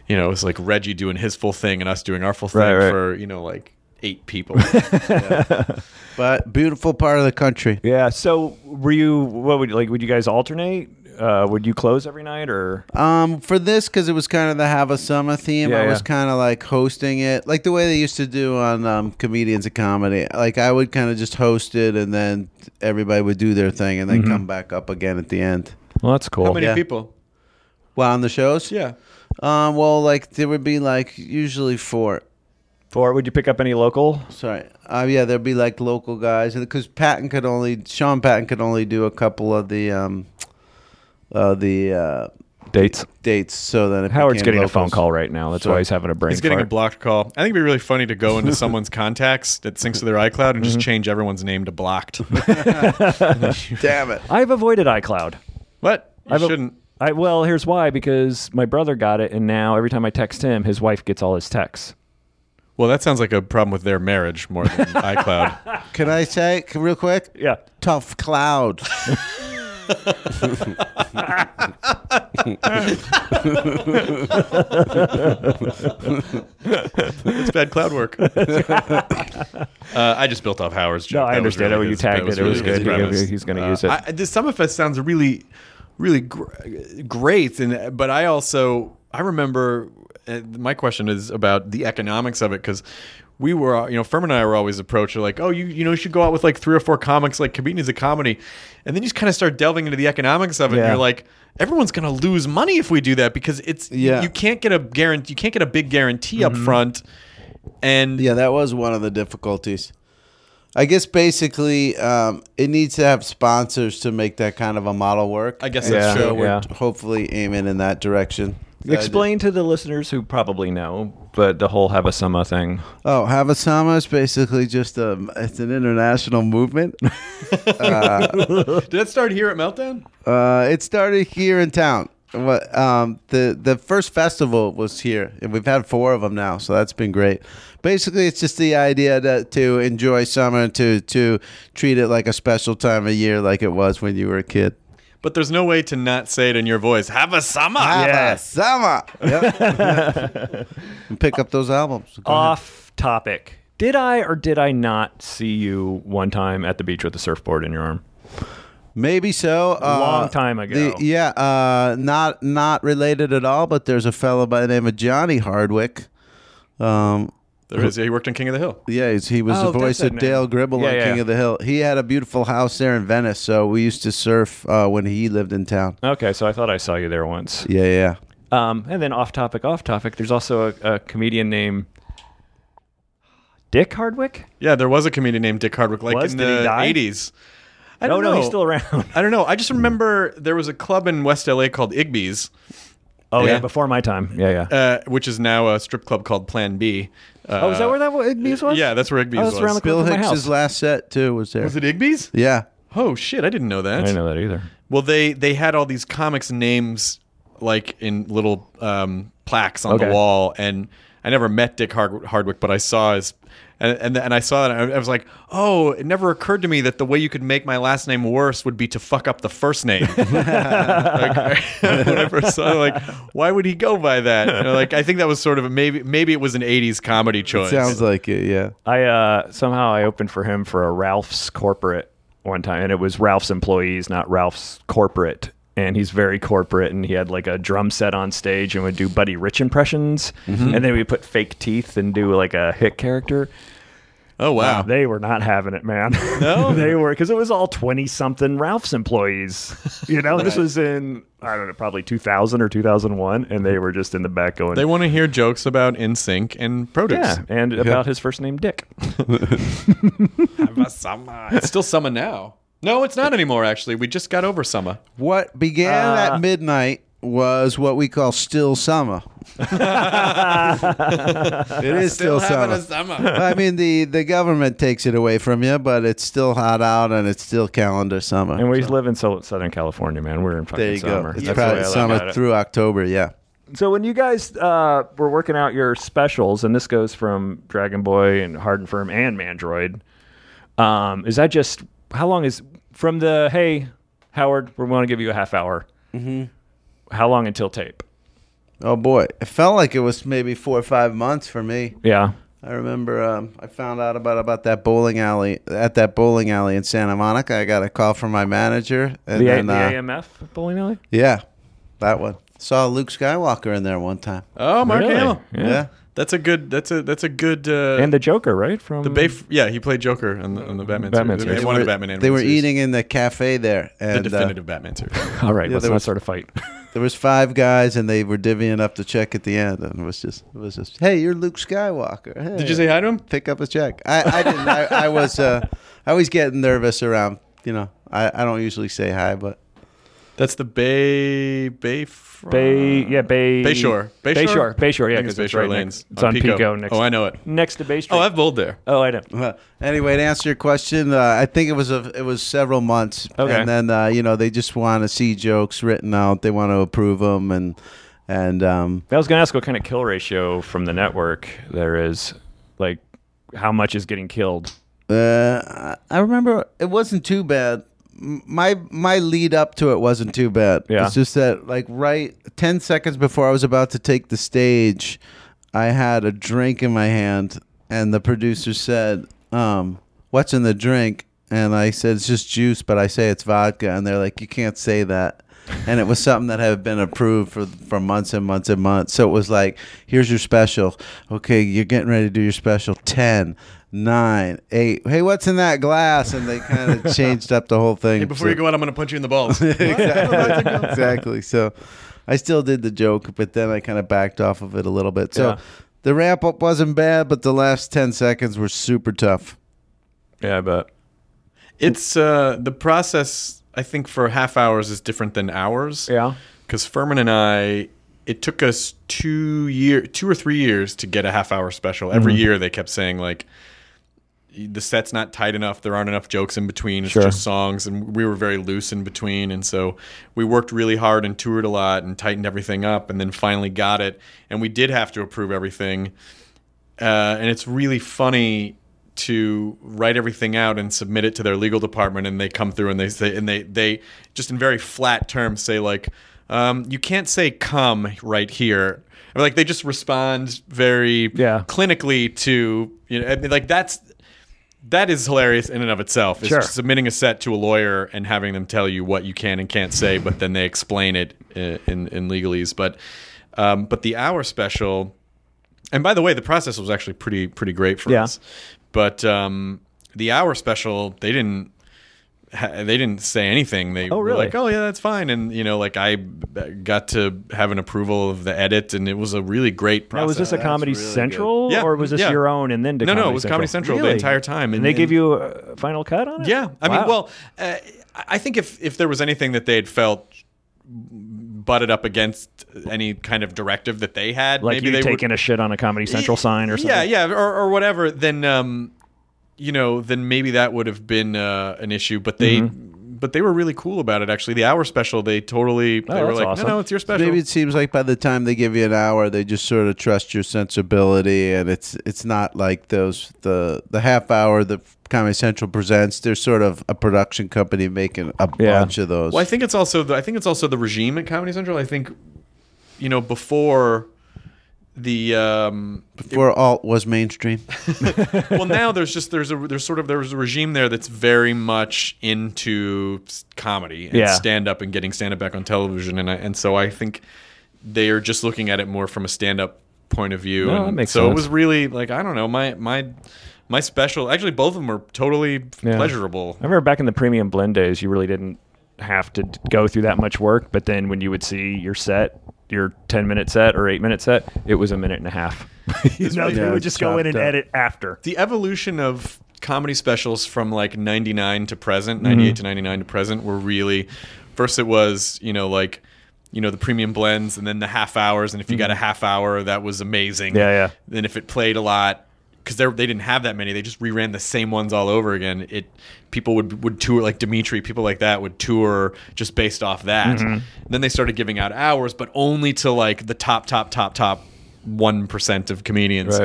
S4: you know it was like reggie doing his full thing and us doing our full thing
S5: Right, right.
S4: for you know like eight
S5: [LAUGHS]
S4: people
S6: But beautiful part of the country.
S5: Yeah. So, were you? What would like? Would you guys alternate? Uh, would you close every night or?
S6: Um, for this, because it was kind of the have a summer theme,
S5: Yeah,
S6: I was
S5: yeah.
S6: kind of like hosting it, like the way they used to do on um, comedians of comedy. Like I would kind of just host it, and then everybody would do their thing, and then
S5: Mm-hmm.
S6: come back up again at the end.
S5: Well, that's cool.
S4: how many
S6: Yeah.
S4: people
S6: Well, on the shows,
S4: yeah
S6: Um, well, like there would be like usually four.
S5: Or would you pick up any local?
S6: Sorry, uh, yeah, there'd be like local guys, because Patton could only Sean Patton could only do a couple of the um, uh, the uh,
S5: Dates.
S6: dates. So then it
S5: Howard's
S6: became
S5: getting a phone
S6: locals.
S5: call right now. That's why he's having a brain
S4: He's getting a
S5: fart.
S4: blocked call. I think it'd be really funny to go into
S5: [LAUGHS]
S4: someone's contacts that syncs to their iCloud and
S5: Mm-hmm.
S4: just change everyone's name to blocked.
S5: [LAUGHS]
S6: Damn it.
S5: I've avoided iCloud.
S4: What? You
S5: I've a-
S4: shouldn't.
S5: I well, here's why because my brother got it, and now every time I text him, his wife gets all his texts.
S4: Well, that sounds like a problem with their marriage more than [LAUGHS] iCloud.
S6: Can I say c- real quick?
S5: Yeah.
S6: Tough cloud.
S4: It's bad cloud
S5: [LAUGHS]
S4: work. uh, I just built off Howard's joke.
S5: No, I
S4: That was
S5: understand
S4: really
S5: it. You
S4: his-
S5: tagged
S4: that
S5: it. It was
S4: really his
S5: good. He-
S4: premise. Uh,
S5: he's gonna use it.
S4: I, this Summerfest sounds really, really gr- great. And but I also I remember uh, my question is about the economics of it because we were you know Furman and I were always approached like oh you you know you should go out with like three or four comics like comedians of comedy, and then you just kind of start delving into the economics of it.
S5: Yeah.
S4: and You're like everyone's gonna lose money if we do that because it's
S6: Yeah.
S4: you can't get a guarantee you can't get a big guarantee
S5: Mm-hmm.
S4: up front,
S6: [LAUGHS]
S4: and
S6: Yeah, that was one of the difficulties. I guess basically um, it needs to have sponsors to make that kind of a model work.
S4: I guess
S6: And
S4: that's
S6: so
S4: true.
S6: We're
S5: Yeah.
S6: hopefully aiming in that direction.
S5: Explain to the listeners who probably know, but the whole have a summa thing.
S6: Oh, Havasama is basically just a it's an international movement.
S4: did that start here at Meltdown?
S6: uh, it started here in town. what um the the first festival was here and we've had four of them now so that's been great basically it's just the idea that to enjoy summer to to treat it like a special time of year like it was when you were a kid
S4: But there's no way to not say it in your voice. Have a summer.
S6: Have a
S5: Yeah.
S6: summer Yep. [LAUGHS] and pick up those albums Go ahead.
S5: Off topic. Did I or did I not see you one time at the beach with a surfboard in your arm?
S6: maybe so uh,
S5: Long time ago.
S6: the- yeah uh not not related at all but there's a fellow by the name of johnny hardwick um
S4: There is. Yeah, he worked on King of the Hill.
S6: Yeah, he's, he was
S5: Oh,
S6: the
S5: that's
S6: voice
S5: that
S6: of
S5: name.
S6: Dale Gribble
S5: Yeah,
S6: on
S5: yeah.
S6: King of the Hill. He had a beautiful house there in Venice, so we used to surf uh, when he lived in town.
S5: Okay, so I thought I saw you there once.
S6: Yeah, yeah.
S5: Um, and then off topic, off topic. There's also a, a comedian named Dick Hardwick.
S4: Yeah, there was a comedian named Dick Hardwick, like
S5: Was?
S4: in
S5: Did he
S4: the
S5: die?
S4: '80s. I
S5: No,
S4: don't
S5: no,
S4: know.
S5: he's still around.
S4: I don't know. I just remember there was a club in West LA called Igby's,
S5: [LAUGHS] Oh yeah,
S4: Yeah.
S5: before my time. Yeah, yeah.
S4: uh, which is now a strip club called Plan B. Uh,
S5: oh, is that where that was? Igby's was?
S4: Yeah, that's where Igby's
S5: Oh, that's
S4: was.
S5: around the corner
S6: Bill
S5: from my
S6: Hicks's
S5: house.
S6: last set too was there.
S4: was it Igby's?
S6: yeah.
S4: Oh shit, I didn't know that.
S5: I didn't know that either.
S4: Well, they they had all these comics names like in little um, plaques on
S5: Okay.
S4: the wall, and I never met Dick Hard- Hardwick, but I saw his. And, and, and I saw it. And I I was like, "Oh! It never occurred to me that the way you could make my last name worse would be to fuck up the first name." [LAUGHS] like, [LAUGHS] when I first saw, it, like, why would he go by that? You know, like, I think that was sort of a, maybe maybe it was an '80s comedy choice.
S6: Sounds like it, yeah.
S5: I uh, somehow I opened for him for a Ralph's corporate one time, and it was Ralph's employees, not Ralph's corporate. And he's very corporate, and he had like a drum set on stage and would do Buddy Rich impressions, and then we put fake teeth and do like a hit character.
S4: oh wow!
S5: They were not having it, man. No, [LAUGHS] they were because it was all twenty something Ralph's employees. You know, this was in I don't know, probably two thousand or two thousand one, and they were just in the back going,
S4: they want to hear jokes about In Sync and Produce.
S5: yeah, and about his first name, Dick.
S4: It's still summer now. No, it's not anymore. Actually, we just got over summer.
S6: What began
S5: Uh,
S6: at midnight was what we call still
S5: [LAUGHS]
S6: summer. it is still, summer. I mean, the, the government takes it away from you, but it's still hot out and it's still calendar summer.
S5: And we live in so- Southern California, man. We're in fucking
S6: there you
S5: summer.
S6: go. It's
S5: That's the
S6: probably
S5: way I look at
S6: summer
S5: it.
S6: through October, yeah.
S5: So when you guys uh, were working out your specials, and this goes from Dragon Boy and Hard and Firm and Mandroid, um, is that just how long is from the hey Howard, we want to give you a half hour? Mm-hmm. How long until tape?
S6: Oh boy, it felt like it was maybe four or five months for me.
S5: Yeah.
S6: I remember um, I found out about about that bowling alley at that bowling alley in Santa Monica. I got a call from my manager, and
S5: The, A-
S6: then
S5: the
S6: uh,
S5: AMF bowling alley.
S6: yeah, that one saw Luke Skywalker in there one time.
S4: Oh, Mark
S5: Really?
S4: Hamill.
S5: Yeah.
S6: Yeah,
S4: That's a good. That's a that's a good. Uh,
S5: And the Joker, right? From
S4: the Bayf- Yeah, he played Joker on the, on the Batman.
S5: Batman
S4: series.
S5: series.
S4: One of the Batman.
S6: they
S4: animated
S6: were
S4: series.
S6: eating in the cafe there,
S4: the
S6: and uh,
S4: definitive
S6: [LAUGHS]
S4: Batman series.
S5: All right,
S6: Yeah,
S5: let's
S6: there
S5: not
S6: was-
S5: start
S4: [LAUGHS]
S5: a fight.
S6: there was five guys, and they were divvying up the check at the end, and it was just it was just hey, you're Luke Skywalker.
S4: Did you say hi to him?
S6: pick up a check. I, I didn't. I, I was. Uh, I always get nervous around. You know, I, I don't usually say hi, but
S4: That's the Bay Bay
S5: Bay, yeah, Bay,
S4: Bayshore. Bayshore?
S5: Bayshore, Bayshore, yeah,
S4: I think it's
S5: because it's
S4: Bayshore
S5: right
S4: Lanes
S5: next, it's on Pico, next.
S4: Oh, I know it.
S5: next to Bay Street.
S4: Oh, I've bowled
S5: [LAUGHS]
S4: there.
S5: oh, I know.
S6: well, anyway, to answer your question, uh, I think it was a, it was several months,
S5: Okay.
S6: and then uh, you know they just want to see jokes written out. They want to approve them, and and um,
S5: I was going to ask what kind of kill ratio from the network there is, like how much is getting killed.
S6: Uh, I remember it wasn't too bad. M- My my lead up to it wasn't too bad.
S5: Yeah.
S6: It's just that like right ten seconds before I was about to take the stage, I had a drink in my hand, and the producer said, um, "What's in the drink?" And I said, "It's just juice," but I say it's vodka, and they're like, "You can't say that." And it was something that had been approved for for months and months and months. So it was like, "Here's your special. Okay, you're getting ready to do your special. Ten, nine, eight. Hey, what's in that glass? And they kind
S4: [LAUGHS]
S6: of changed up the whole thing.
S4: Hey, before you
S6: So-
S4: go out, I'm going to punch you in
S6: [LAUGHS]
S4: the balls. [LAUGHS]
S6: exactly. exactly. So I still did the joke, but then I kind of backed off of it a little bit. So
S5: Yeah.
S6: the ramp up wasn't bad, but the last 10 seconds were super tough.
S5: Yeah, I bet.
S4: it's uh, the process. I think for half hours is different than hours.
S5: Yeah.
S4: because Furman and I, it took us two year, two or three years to get a half hour special. Every year they kept saying like, the set's not tight enough. There aren't enough jokes in between. It's
S5: Sure.
S4: just songs, and we were very loose in between. And so we worked really hard and toured a lot and tightened everything up, and then finally got it. And we did have to approve everything. Uh, and it's really funny to write everything out and submit it to their legal department, and they come through and they say, and they they just in very flat terms say like, um, you can't say "come" right here. Or like they just respond very
S5: Yeah.
S4: clinically to you know I mean, like that's that is hilarious in and of itself. It's
S5: Sure.
S4: submitting a set to a lawyer and having them tell you what you can and can't say, but then they explain it i- in in legalese. But um, but the hour special, and by the way, the process was actually pretty pretty great for
S5: Yeah.
S4: us. But um, the hour special, they didn't ha- they didn't say anything. They
S5: Oh,
S4: were
S5: really?
S4: like, "Oh yeah, that's fine." And you know, like I b- got to have an approval of the edit, and it was a really great process.
S5: Now, was this a Comedy
S6: really good.
S5: Central,
S4: Yeah,
S5: or was this
S4: yeah.
S5: your own? And then to
S4: No, no,
S5: Comedy
S4: it was Comedy Central the entire time,
S5: and,
S4: and-
S5: they
S4: and-
S5: give you a final cut on it.
S4: Yeah, I mean,
S5: Wow.
S4: well, uh, I think if if there was anything that they had felt butted up against any kind of directive that they had,
S5: like
S4: maybe
S5: you
S4: they would-
S5: taking a shit on a Comedy Central sign or something.
S4: yeah, yeah, or, or whatever, then um, you know, then maybe that would have been uh, an issue. But they,
S5: Mm-hmm.
S4: but they were really cool about it. Actually, the hour special, they totally they were
S5: Oh, that's
S4: like,
S5: awesome.
S4: no, no, it's your special.
S6: Maybe it seems like by the time they give you an hour, they just sort of trust your sensibility, and it's it's not like those the the half hour that Comedy Central presents. They're sort of a production company making a
S5: Yeah.
S6: bunch of those.
S4: Well, I think it's also the, I think it's also the regime at Comedy Central. I think, you know, before the um,
S6: Before alt was mainstream,
S4: [LAUGHS] well now there's just there's a there's sort of there's a regime there that's very much into s- comedy and
S5: Yeah.
S4: stand up and getting stand up back on television and I, and so I think they are just looking at it more from a stand up point of view
S5: No,
S4: and
S5: that makes
S4: so it
S5: sense.
S4: was really like I don't know my my my special actually both of them were totally
S5: Yeah.
S4: pleasurable
S5: I remember back in the premium blend days, you really didn't have to d- go through that much work. But then when you would see your set, your 10 minute set or eight minute set, it was a minute and
S4: [LAUGHS]
S5: a half. you [LAUGHS] know,
S4: really-
S5: they
S6: Yeah,
S5: would just go in and
S6: chopped up.
S5: edit after.
S4: the evolution of comedy specials from like 99 to present 98
S5: Mm-hmm.
S4: to 99 to present were really first it was you know like you know the premium blends and then the half hours and if you got a half hour that was amazing
S5: Mm-hmm. Yeah, yeah.
S4: then if it played a lot because they didn't have that many they just reran the same ones all over again it people would would tour like dimitri people like that would tour just based off that
S5: Mm-hmm.
S4: then they started giving out hours but only to like the top top top top 1% of comedians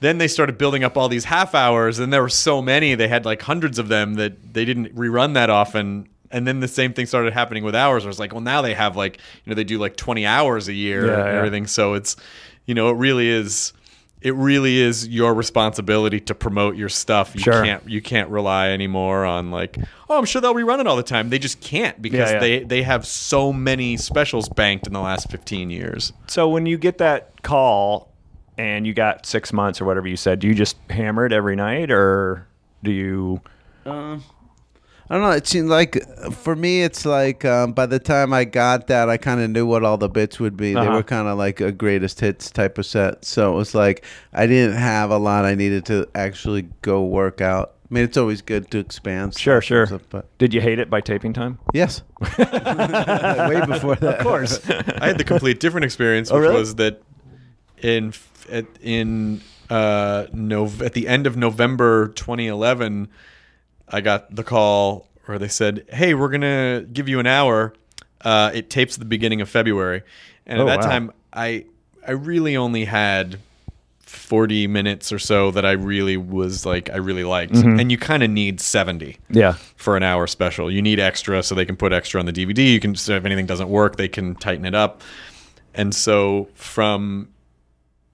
S4: then they started building up all these half hours and there were so many they had like hundreds of them that they didn't rerun that often and then the same thing started happening with hours where it's like well now they have like you know they do like 20 hours a year
S5: Yeah,
S4: and
S5: yeah.
S4: everything so it's you know it really is it really is your responsibility to promote your stuff you
S5: Sure.
S4: can't you can't rely anymore on like oh i'm sure they'll rerun it all the time they just can't because
S5: Yeah, yeah.
S4: they they have so many specials banked in the last 15 years
S5: So when you get that call and you got six months or whatever you said, do you just hammer it every night or do you?
S6: I don't know. It seemed like for me, it's like um, by the time I got that, I kind of knew what all the bits would be. They
S5: Uh-huh.
S6: were kind of like a greatest hits type of set, so it was like I didn't have a lot I needed to actually go work out. I mean, it's always good to expand.
S5: Sure,
S6: stuff and
S5: sure.
S6: stuff, but
S5: Did you hate it by taping time?
S6: yes, [LAUGHS] way
S5: [LAUGHS]
S6: before that. Of course.
S4: [LAUGHS] I had the complete different experience, which
S5: Oh, really?
S4: was that in f- at, in uh, Nov- at the end of November 2011, I got the call where they said, "Hey, we're gonna give you an hour. Uh, it tapes the beginning of February." And
S5: Oh,
S4: at that
S5: wow.
S4: time, I I really only had 40 minutes or so that I really was like I really liked,
S5: Mm-hmm.
S4: and you kind of need 70
S5: Yeah.
S4: for an hour special. You need extra so they can put extra on the DVD. You can so if anything doesn't work, they can tighten it up. And so from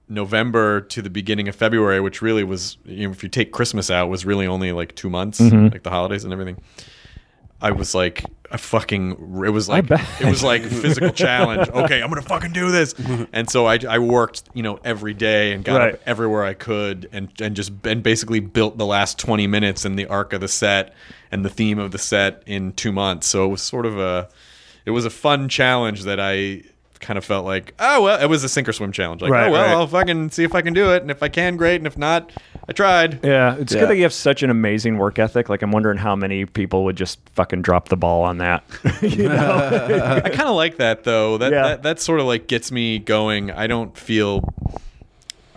S4: November to the beginning of February, which really was you know, if you take Christmas out, was really only like two months,
S5: Mm-hmm.
S4: like the holidays and everything. I was like, I fucking. It was like
S5: bet.
S4: it was
S5: [LAUGHS]
S4: like physical challenge. Okay, I'm gonna fucking do this. And so I, I worked, you know, every day and got
S5: Mm-hmm. Right.
S4: up everywhere I could, and and just and basically built the last 20 minutes and the arc of the set and the theme of the set in two months. So it was sort of a, it was a fun challenge that I kind of felt like, oh well, it was a sink or swim challenge. Like,
S5: Right,
S4: oh well,
S5: right.
S4: I'll fucking see if I can do it, and if I can, great, and if not, I tried.
S5: Yeah, it's
S6: Yeah.
S5: good that you have such an amazing work ethic. Like, I'm wondering how many people would just fucking drop the ball on that. [LAUGHS] you know?
S4: I kind of like that though. That,
S5: Yeah.
S4: that that sort of like gets me going. I don't feel,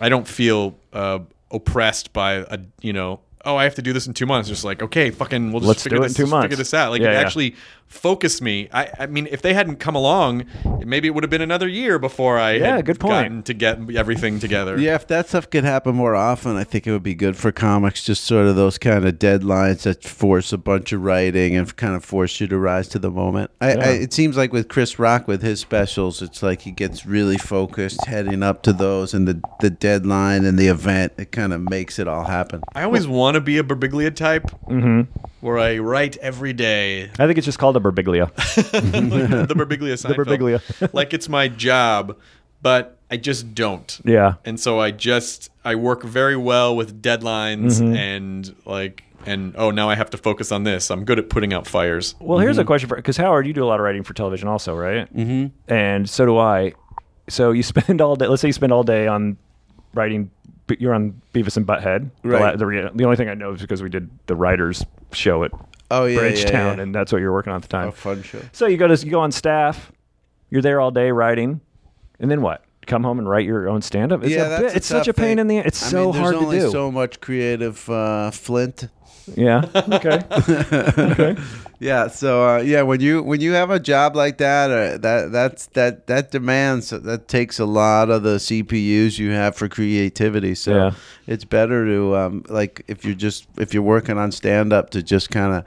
S4: I don't feel uh, oppressed by a you know oh, I have to do this in two months. Just like, okay, fucking, we'll just
S5: Let's
S4: figure
S5: do it in
S4: this,
S5: two
S4: just
S5: months.
S4: Figure this out. Like,
S5: Yeah,
S4: it
S5: yeah.
S4: actually focused me. I, I mean, if they hadn't come along, maybe it would have been another year before I
S5: Yeah,
S4: had
S5: good point.
S4: gotten to get everything together.
S6: Yeah, if that stuff could happen more often, I think it would be good for comics. Just sort of those kind of deadlines that force a bunch of writing and kind of force you to rise to the moment. I, I, it seems like with Chris Rock with his specials, it's like he gets really focused heading up to those and the the deadline and the event. It kind of makes it all happen.
S4: I always want to be a Berbiglia type
S5: Mm-hmm.
S4: where I write every day.
S5: I think it's just called a Berbiglia.
S4: [LAUGHS] like the
S5: [LAUGHS]
S4: Berbiglia Seinfeld.
S5: Birbiglia. [LAUGHS]
S4: like it's my job, but I just don't.
S5: Yeah.
S4: And so I just I work very well with deadlines
S5: Mm-hmm.
S4: and like and oh now I have to focus on this. I'm good at putting out fires.
S5: Well, here's a
S6: Mm-hmm.
S5: question for because Howard, you do a lot of writing for television, also, right? Mm-hmm. And so do I. So you [LAUGHS] spend all day. Let's say you spend all day on writing. but You're on Beavis and Butthead. The
S6: Right.
S5: la- The, re- the only thing I know is because we did the writers show at
S6: Oh yeah,
S5: Bridgetown,
S6: yeah, yeah. Oh,
S5: and that's what you're working on at the time.
S6: a fun show.
S5: So you go to you go on staff. You're there all day writing, and then what? Come home and write your own stand up. It's, a bit- it's such a
S6: tough
S5: pain
S6: thing.
S5: in the. It's
S6: I
S5: so
S6: mean,
S5: hard
S6: There's only
S5: to do.
S6: so much creative uh, flint
S5: yeah. Okay.
S6: [LAUGHS]
S5: okay.
S6: Yeah. So uh, yeah, when you when you have a job like that, uh, that that's that that demands that takes a lot of the CPUs you have for creativity. So
S5: Yeah.
S6: it's better to um, like if you're just if you're working on stand up to just kind of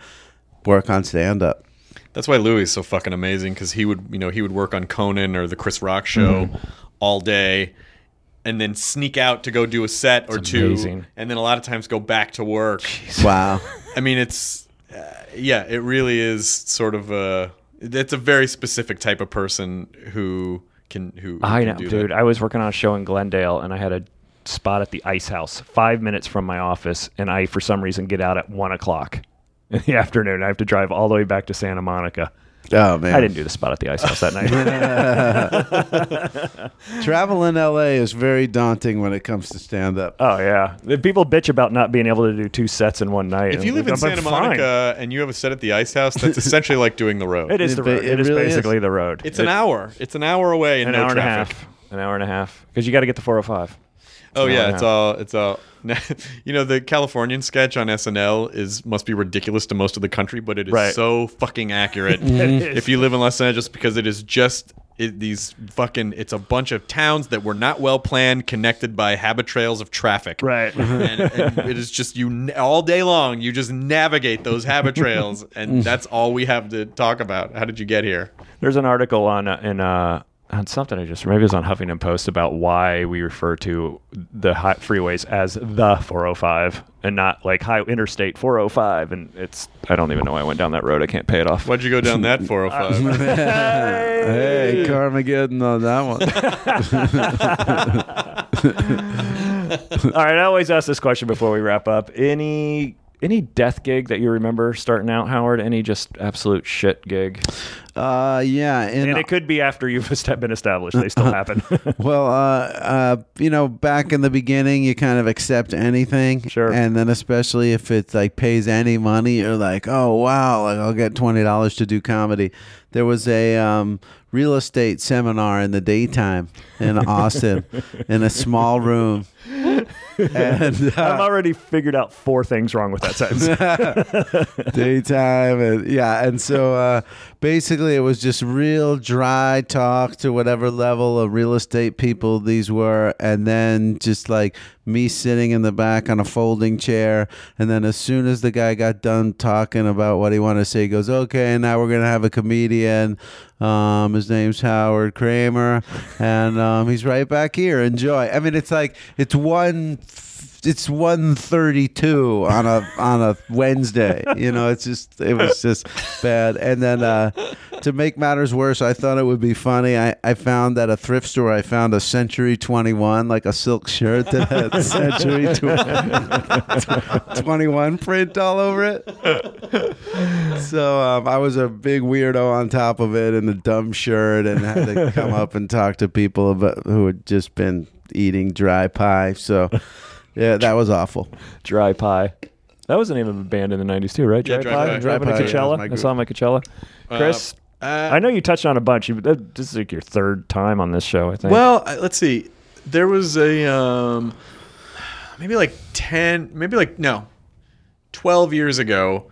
S6: work on stand
S5: [LAUGHS]
S6: up.
S4: That's why Louis is so fucking amazing because he would, you know, he would work on Conan or the Chris Rock show
S5: Mm-hmm.
S4: all day, and then sneak out to go do a set or two,
S5: amazing.
S4: and then a lot of times go back to work.
S6: Wow.
S4: I mean, it's uh, yeah, it really is sort of a. It's a very specific type of person who can who. who
S5: I
S4: can
S5: know,
S4: do that.
S5: dude. I was working on a show in Glendale, and I had a spot at the Ice House, five minutes from my office, and I, for some reason, get out at one o'clock [LAUGHS] in the afternoon. I have to drive all the way back to Santa Monica.
S6: oh man.
S5: I didn't do the spot at the Ice House that
S4: [LAUGHS]
S5: night.
S6: Travel in LA is very daunting when it comes to stand [LAUGHS] up.
S5: oh yeah, The people bitch about not being able to do two sets in one night.
S4: If you
S5: I'm
S4: live in
S5: like, I'm
S4: Santa
S5: fine.
S4: Monica and you have a set at the Ice House, that's essentially like doing the road.
S5: [LAUGHS] it is the
S6: It ba-
S5: road. it
S6: it
S5: is
S6: really is.
S5: basically the road.
S4: It's an hour. It's an hour away and
S5: an
S4: no
S5: hour and a
S4: traffic.
S5: half, an hour and a half, because you got to get the 405.
S4: Oh
S5: an hour
S4: yeah,
S5: and a
S4: it's
S5: half.
S4: all it's all. [LAUGHS] you know the Californian sketch on SNL is must be ridiculous to most of the country, but it is
S5: Right.
S4: so fucking
S5: [LAUGHS]
S4: accurate. if you live in Los Angeles, because it is just it, these fucking. It's a bunch of towns that were not well planned, connected by habit trails of traffic.
S5: Right.
S4: and, and it is just you n- all day long. You just navigate those habit
S5: [LAUGHS]
S4: trails, and that's all we have to talk about. How did you get here?
S5: There's an article on uh, in uh, on something I just maybe it was on Huffington Post about why we refer to the high freeways as the 405 and not like high interstate 405. And it's I don't even know why I went down that road. I can't pay it off.
S4: Why'd you go down
S5: [LAUGHS]
S4: that 405?
S6: Hey, Carmageddon on that
S5: [LAUGHS]
S6: one.
S5: All right, I always ask this question before we wrap up. Any any death gig that you remember starting out, Howard? Any just absolute shit gig?
S6: uh, yeah,
S5: And it could be after you've [LAUGHS] est- been established.
S6: [LAUGHS]
S5: They still happen. [LAUGHS]
S6: Well, uh, uh, you know, back in the beginning, you kind of accept anything,
S5: Sure.
S6: and then especially if it like pays any money, you're like, oh wow, like I'll get twenty dollars to do comedy. There was a um, real estate seminar in the daytime in Austin, in a small room, and uh,
S5: I've already figured out four things wrong with that sentence.
S6: [LAUGHS] daytime and yeah and so uh, basically it was just real dry talk to whatever level of real estate people these were and then just like me sitting in the back on a folding chair and then as soon as the guy got done talking about what he wanted to say he goes okay and now we're gonna have a comedian um, his name's Howard Kramer and um, he's right back here enjoy I mean it's like it's one it's 132 on a on a Wednesday. You know, it's just it was just bad. And then uh, to make matters worse, I thought it would be funny. I, I found at a thrift store I found a Century 21 like a silk shirt that had Century 21 print all over it. So um, I was a big weirdo on top of it in a dumb shirt and had to come up and talk to people about who had just been eating dry pie. So yeah, that was awful.
S5: Dry Pie. That was the name of a band in the '90s too, right?
S4: Yeah, Dry Pie. Dry
S5: Dry Pie.
S6: Pie, yeah,
S5: Coachella.
S6: that's my
S5: I
S6: group.
S5: saw him at Coachella. Chris,
S4: Uh,
S5: I know you touched on a bunch. You, that- this is like your third time on this show, I think.
S4: Well, I- let's see. There was a um, maybe like ten, maybe like no, 12 years ago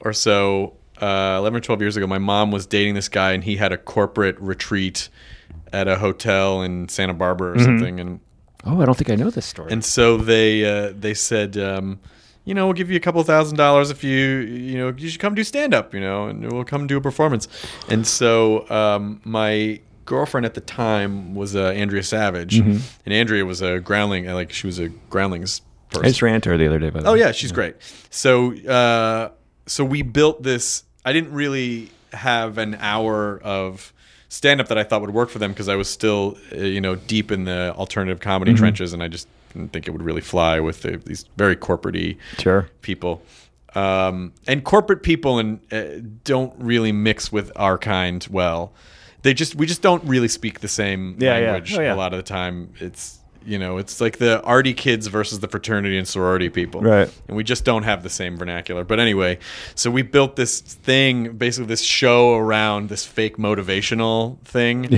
S4: or so, uh, 11 or 12 years ago, my mom was dating this guy and he had a corporate retreat at a hotel in Santa Barbara or something. And
S5: Oh, I don't think I know this story.
S4: and so they uh, they said, um, you know, we'll give you a couple thousand dollars if you you know you should come do stand up, you know, and we'll come do a performance. And so um, my girlfriend at the time was uh, Andrea Savage, and Andrea was a groundling, uh, like she was a groundlings person.
S5: I just ran to her the other day. By the
S4: Oh yeah, she's great. So uh, so we built this. I didn't really have an hour of stand up that I thought would work for them because I was still uh, you know deep in the alternative comedy trenches, and I just didn't think it would really fly with the, these very corporate
S5: Sure.
S4: people. Um, and corporate people and uh, don't really mix with our kind well. They just we just don't really speak the same
S5: Yeah, yeah.
S4: language
S5: Oh, yeah.
S4: a lot of the time. It's you know it's like the arty kids versus the fraternity and sorority people,
S5: Right.
S4: And we just don't have the same vernacular. But anyway, so we built this thing, basically this show around this fake motivational
S5: [LAUGHS]
S4: thing.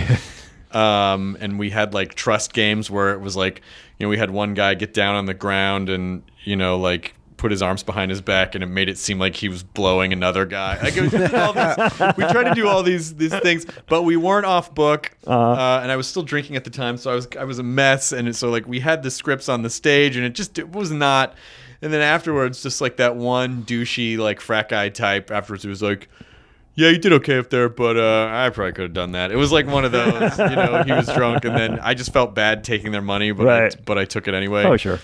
S4: Um, and we had like trust games where it was like, you know, we had one guy get down on the ground and, you know, like put his arms behind his back and it made it seem like he was blowing another guy. Like it was all this, [LAUGHS] we tried to do all these, these things, but we weren't off book. uh and I was still drinking at the time. So I was, I was a mess. And so like we had the scripts on the stage and it just, it was not. And then afterwards, just like that one douchey, like frat guy type afterwards, he was like, yeah, you did okay up there, but uh, I probably could have done that. It was like one of those, you know, he was drunk, and then I just felt bad taking their money, but
S5: Right.
S4: I, but I took it anyway.
S5: Oh, sure.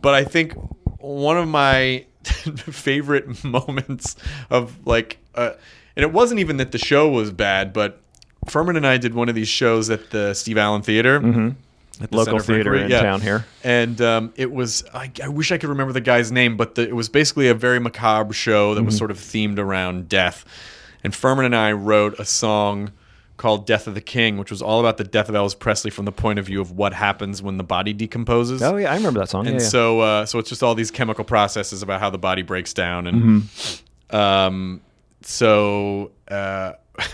S4: But I think one of my [LAUGHS] favorite moments of like, uh, and it wasn't even that the show was bad, but Furman and I did one of these shows at the Steve Allen Theater. At the
S5: Mm-hmm. Local
S4: Center for
S5: theater
S4: Inquiry.
S5: in town here.
S4: and um, it was I, I wish I could remember the guy's name, but the, it was basically a very macabre show that was sort of themed around death. And Furman and I wrote a song called "Death of the King," which was all about the death of Elvis Presley from the point of view of what happens when the body decomposes.
S5: Oh, yeah. I remember that song.
S4: And
S5: yeah, yeah.
S4: so, uh, so it's just all these chemical processes about how the body breaks down, and
S5: Mm-hmm.
S4: um, so uh, [LAUGHS]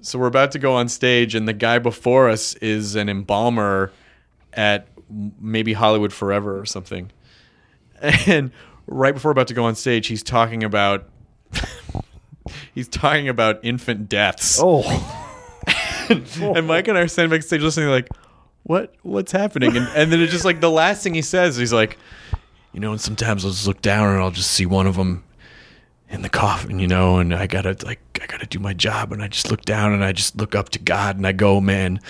S4: so we're about to go on stage, and the guy before us is an embalmer at maybe Hollywood Forever or something, [LAUGHS] and right before we're about to go on stage, he's talking about [LAUGHS] he's talking about infant deaths
S5: oh, [LAUGHS]
S4: and Mike and I are standing backstage listening, like, what what's happening? And and then it's just like the last thing he says, he's like, you know, and sometimes I'll just look down and I'll just see one of them in the coffin, you know, and I gotta like I gotta do my job, and I just look down and I just look up to God and I go, man.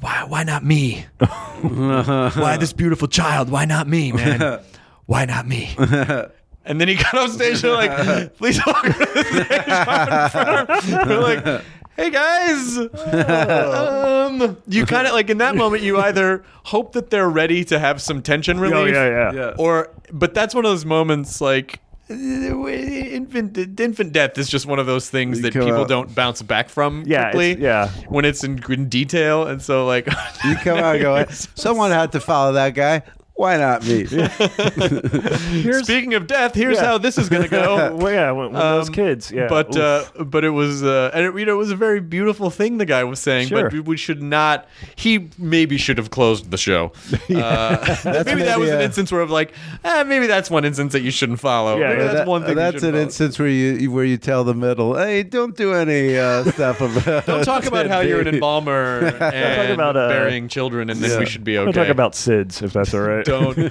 S4: Why, why not
S5: [LAUGHS]
S4: me? why this beautiful child? Why not me,
S5: [LAUGHS]
S4: man? Why not me? And then he got off stage and
S5: [LAUGHS]
S4: like, please welcome to the stage. Robert Farm." We're like, hey
S5: [LAUGHS]
S4: guys. Um, you kind of like in that moment, you either hope that they're ready to have some tension relief.
S5: oh, yeah, yeah.
S6: Yeah.
S4: Or, but that's one of those moments like, uh, infant, infant death is just one of those things that
S6: come
S4: people
S6: out-
S4: don't bounce back from
S5: Yeah, it's-
S4: quickly.
S5: yeah.
S4: When it's in, in detail. And so, like, [LAUGHS]
S6: You come out and go, someone had to follow that guy. Why not
S4: [LAUGHS]
S6: me?
S4: speaking of death, here's
S5: Yeah.
S4: how this is [LAUGHS] going to
S5: [LAUGHS]
S4: go.
S5: Well, yeah, when, when those
S4: Um,
S5: kids. Yeah.
S4: But
S5: Ooh.
S4: uh, but it was uh, and it, you know it was a very beautiful thing the guy was saying.
S5: Sure.
S4: But we- we should not. He maybe should have closed the
S5: [LAUGHS]
S4: show. [LAUGHS] uh, maybe, that
S6: maybe,
S4: was an
S6: uh,
S4: instance where I'm like, eh, maybe that's one instance that you shouldn't follow.
S5: Yeah,
S4: Maybe
S5: yeah,
S4: that's
S6: That-
S4: one thing. you
S6: That's an
S4: shouldn't follow.
S6: instance where you where you tell the middle, hey, don't do any
S4: [LAUGHS]
S6: uh, stuff about.
S4: Don't
S5: [LAUGHS]
S4: talk about how you're an
S6: involved.
S4: embalmer and
S5: about, uh,
S4: burying children, and then we should be
S5: We'll
S4: okay.
S5: talk about SIDS if that's all right.
S4: [LAUGHS] Don't. Speaking
S5: [LAUGHS]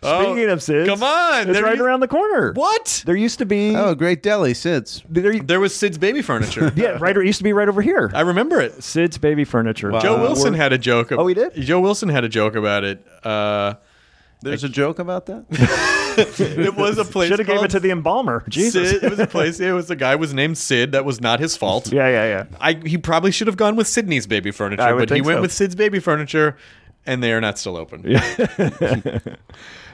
S5: Speaking of SIDS,
S4: come on,
S5: it's
S4: there
S5: right
S4: you-
S5: around the corner.
S4: What?
S5: There used to be.
S6: Oh, great deli since.
S5: there,
S4: There was Sid's baby furniture.
S5: [LAUGHS] yeah, right. It used to be right over here.
S4: I remember it.
S5: SIDS baby furniture.
S6: Wow.
S4: Joe
S6: Uh,
S4: Wilson had a joke. ab-
S5: Oh, he did?
S4: Joe Wilson had a joke about it.
S5: [LAUGHS]
S4: Uh,
S6: There's a joke about that.
S4: it was a place.
S5: Should have gave
S4: called
S5: it to the embalmer. Jesus.
S4: Sid, it
S5: [LAUGHS]
S4: was a place. It was a guy was named Sid. That was not his fault.
S5: Yeah, yeah, yeah.
S4: I he probably should have gone with Sydney's baby
S5: I
S4: furniture,
S5: would
S4: but he
S5: think
S4: went
S5: so.
S4: with Sid's baby furniture, and they are not still open.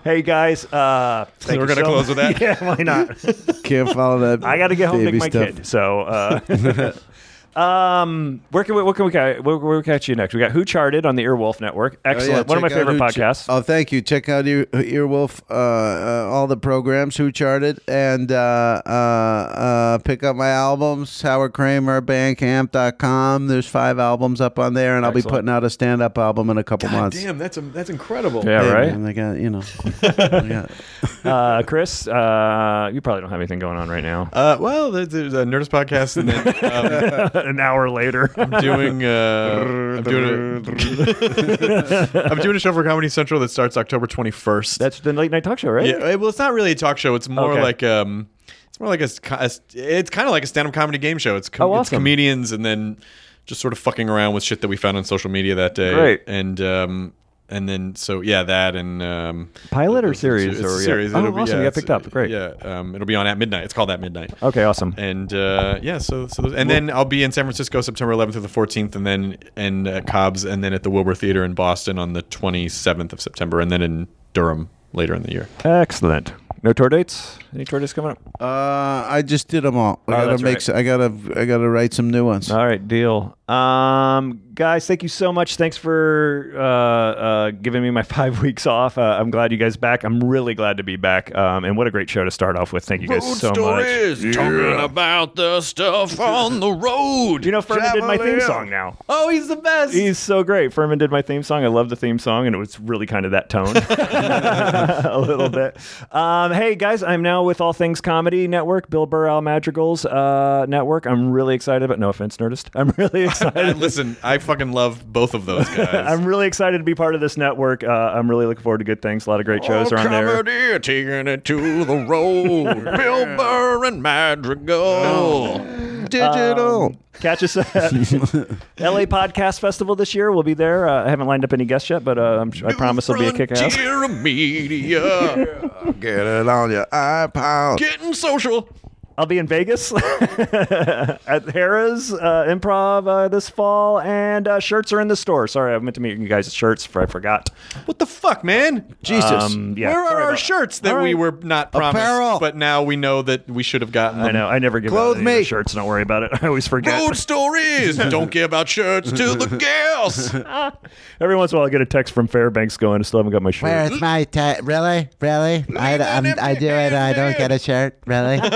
S5: Hey guys, uh, thank
S4: we're
S5: you
S4: gonna
S5: so
S4: close with that?
S5: [LAUGHS] Yeah, why not?
S6: [LAUGHS] Can't follow that.
S5: I got to get home to
S6: baby
S5: my
S6: stuff.
S5: kid. So uh, [LAUGHS] Um, where can we, what can we, ca- where, where we catch you next? We got Who Charted on the Earwolf Network.
S6: Oh, yeah,
S5: Excellent. One of my
S6: check out
S5: favorite
S6: Who Ch-
S5: podcasts.
S6: oh, thank you. Check out Ear, Earwolf, uh, uh, all the programs, Who Charted, and uh, uh, uh, pick up my albums, Howard Kramer, Bandcamp.com. There's five albums up on there, and I'll be
S5: Excellent.
S6: putting out a stand up album in a couple months.
S4: Damn, that's a, that's incredible.
S5: yeah,
S6: Hey,
S5: right.
S6: man, I got, you
S5: [LAUGHS]
S6: know. I got-
S5: Uh, Chris, uh, you probably don't have anything going on right now. [LAUGHS]
S4: Uh, well, there's, there's a Nerdist podcast, and then um,
S5: An hour later.
S4: I'm doing uh, I'm doing a, [LAUGHS] I'm doing a show for Comedy Central that starts October 21st.
S5: That's the late night talk show, right?
S4: yeah. eh, Well, it's not really a talk show. It's more
S5: Okay.
S4: like um, it's more like a, s- co- a s- it's kind of like a stand-up comedy game show. It's com-
S5: Oh,
S4: it's
S5: awesome.
S4: comedians and then just sort of fucking around with shit that we found on social media that day.
S5: Great.
S4: And um, and then so yeah, that and um,
S5: Pilot or
S4: it's a-
S5: series?
S4: It's
S5: or,
S4: a
S5: yeah.
S4: series.
S5: Oh,
S4: It'll be- yeah,
S5: awesome. you got
S4: it's-
S5: picked up. Great.
S4: Yeah. Um, it'll be on at midnight. It's called at midnight.
S5: Okay, awesome.
S4: and uh, yeah, so so those, and then I'll be in San Francisco September 11th through the 14th, and then and at Cobb's, and then at the Wilbur Theater in Boston on the 27th of September, and then in Durham later in the [LAUGHS] year.
S5: Excellent. No tour dates? Any tour dates coming up?
S6: Uh, I just did them all. I
S5: Oh,
S6: gotta
S5: that's
S6: make.
S5: right.
S6: Some, I gotta. I gotta write some new ones.
S5: All right, deal. Um, guys, thank you so much. Thanks for uh, uh, giving me my [LAUGHS] five weeks off. Uh, I'm glad you guys back. I'm really glad to be back. Um, and what a great show to start off with. Thank you guys so much.
S1: talking about the stuff on the road.
S5: You know, Furman did my theme
S6: Cavalier.
S5: song now.
S6: oh, he's the best.
S5: He's so great. Furman did my theme song. I love the theme song, and it was really kind of
S6: [LAUGHS]
S5: that tone [LAUGHS] a little bit. Um, hey, guys, I'm now with All Things Comedy Network, Bill Burr, Al Madrigal's uh, network. I'm really excited about, no offense, Nerdist. I'm really
S6: [LAUGHS]
S5: excited.
S4: Listen, I fucking love both of [LAUGHS] those guys.
S5: I'm really excited to be part of this network. Uh, I'm really looking forward to good things. A lot of great shows
S6: Oh,
S5: are on there.
S1: Comedy, taking it to
S5: [LAUGHS]
S1: the road. Bill Burr and
S5: Oh.
S1: Madrigal.
S6: digital.
S5: Catch us at
S6: [LAUGHS]
S5: LA Podcast Festival this year. We'll be there. Uh, I haven't lined up any guests yet, but uh, I'm, sure- I promise it'll be a kick ass.
S1: Frontier of media.
S6: Get it on your iPod.
S1: Getting social.
S5: I'll be in Vegas [LAUGHS] at Harrah's uh, Improv uh, this fall, and uh, shirts are in the store. Sorry, I meant to meet you guys at shirts. For, I forgot.
S4: what the fuck, man?
S6: Jesus.
S5: Um, yeah,
S4: Where are
S5: sorry
S4: our
S5: about-
S4: shirts that
S5: All right.
S4: we were not promised,
S6: Apparel.
S4: but now we know that we should have gotten them?
S5: I know. I never give out
S6: Clothe
S5: any of the
S6: me.
S5: shirts. Don't worry about it. [LAUGHS] I always forget.
S1: Road
S4: [LAUGHS]
S1: stories. Don't give out shirts to the girls.
S5: Every once in a while, I get a text from Fairbanks going, "I still haven't got my shirt."
S3: Where's my t- really, really? I, I'm, I do it. I don't get a shirt. Really, [LAUGHS]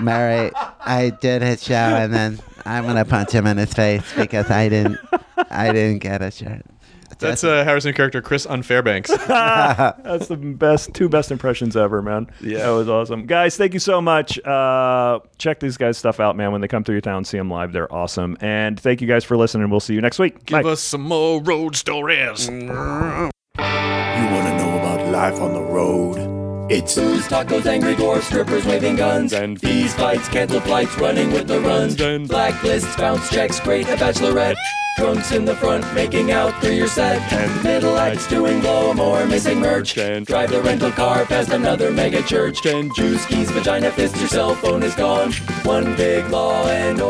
S3: Mary, I did his show, and then I'm gonna punch him in his face because I didn't, I didn't get a shirt.
S4: That's uh, Harrison character Chris on
S5: [LAUGHS]
S4: Fairbanks.
S5: That's the best two best impressions ever, man. Yeah, that was awesome, guys. Thank you so much. Uh, check these guys' stuff out, man. When they come through your town, see them live. They're awesome. And thank you guys for listening. We'll see you next week. Bye.
S1: Give us some more road stories. You want to know about life on the road? It's
S2: Booze, tacos, angry dwarfs, strippers waving guns, and fees, fights, canceled flights, running with the runs, blacklists, bounce checks, great, a bachelorette, drunks in the front, making out through your set, and middle acts doing blow more, missing merch, and drive the rental car past another mega church, and juice keys, vagina fist, your cell phone is gone, one big law and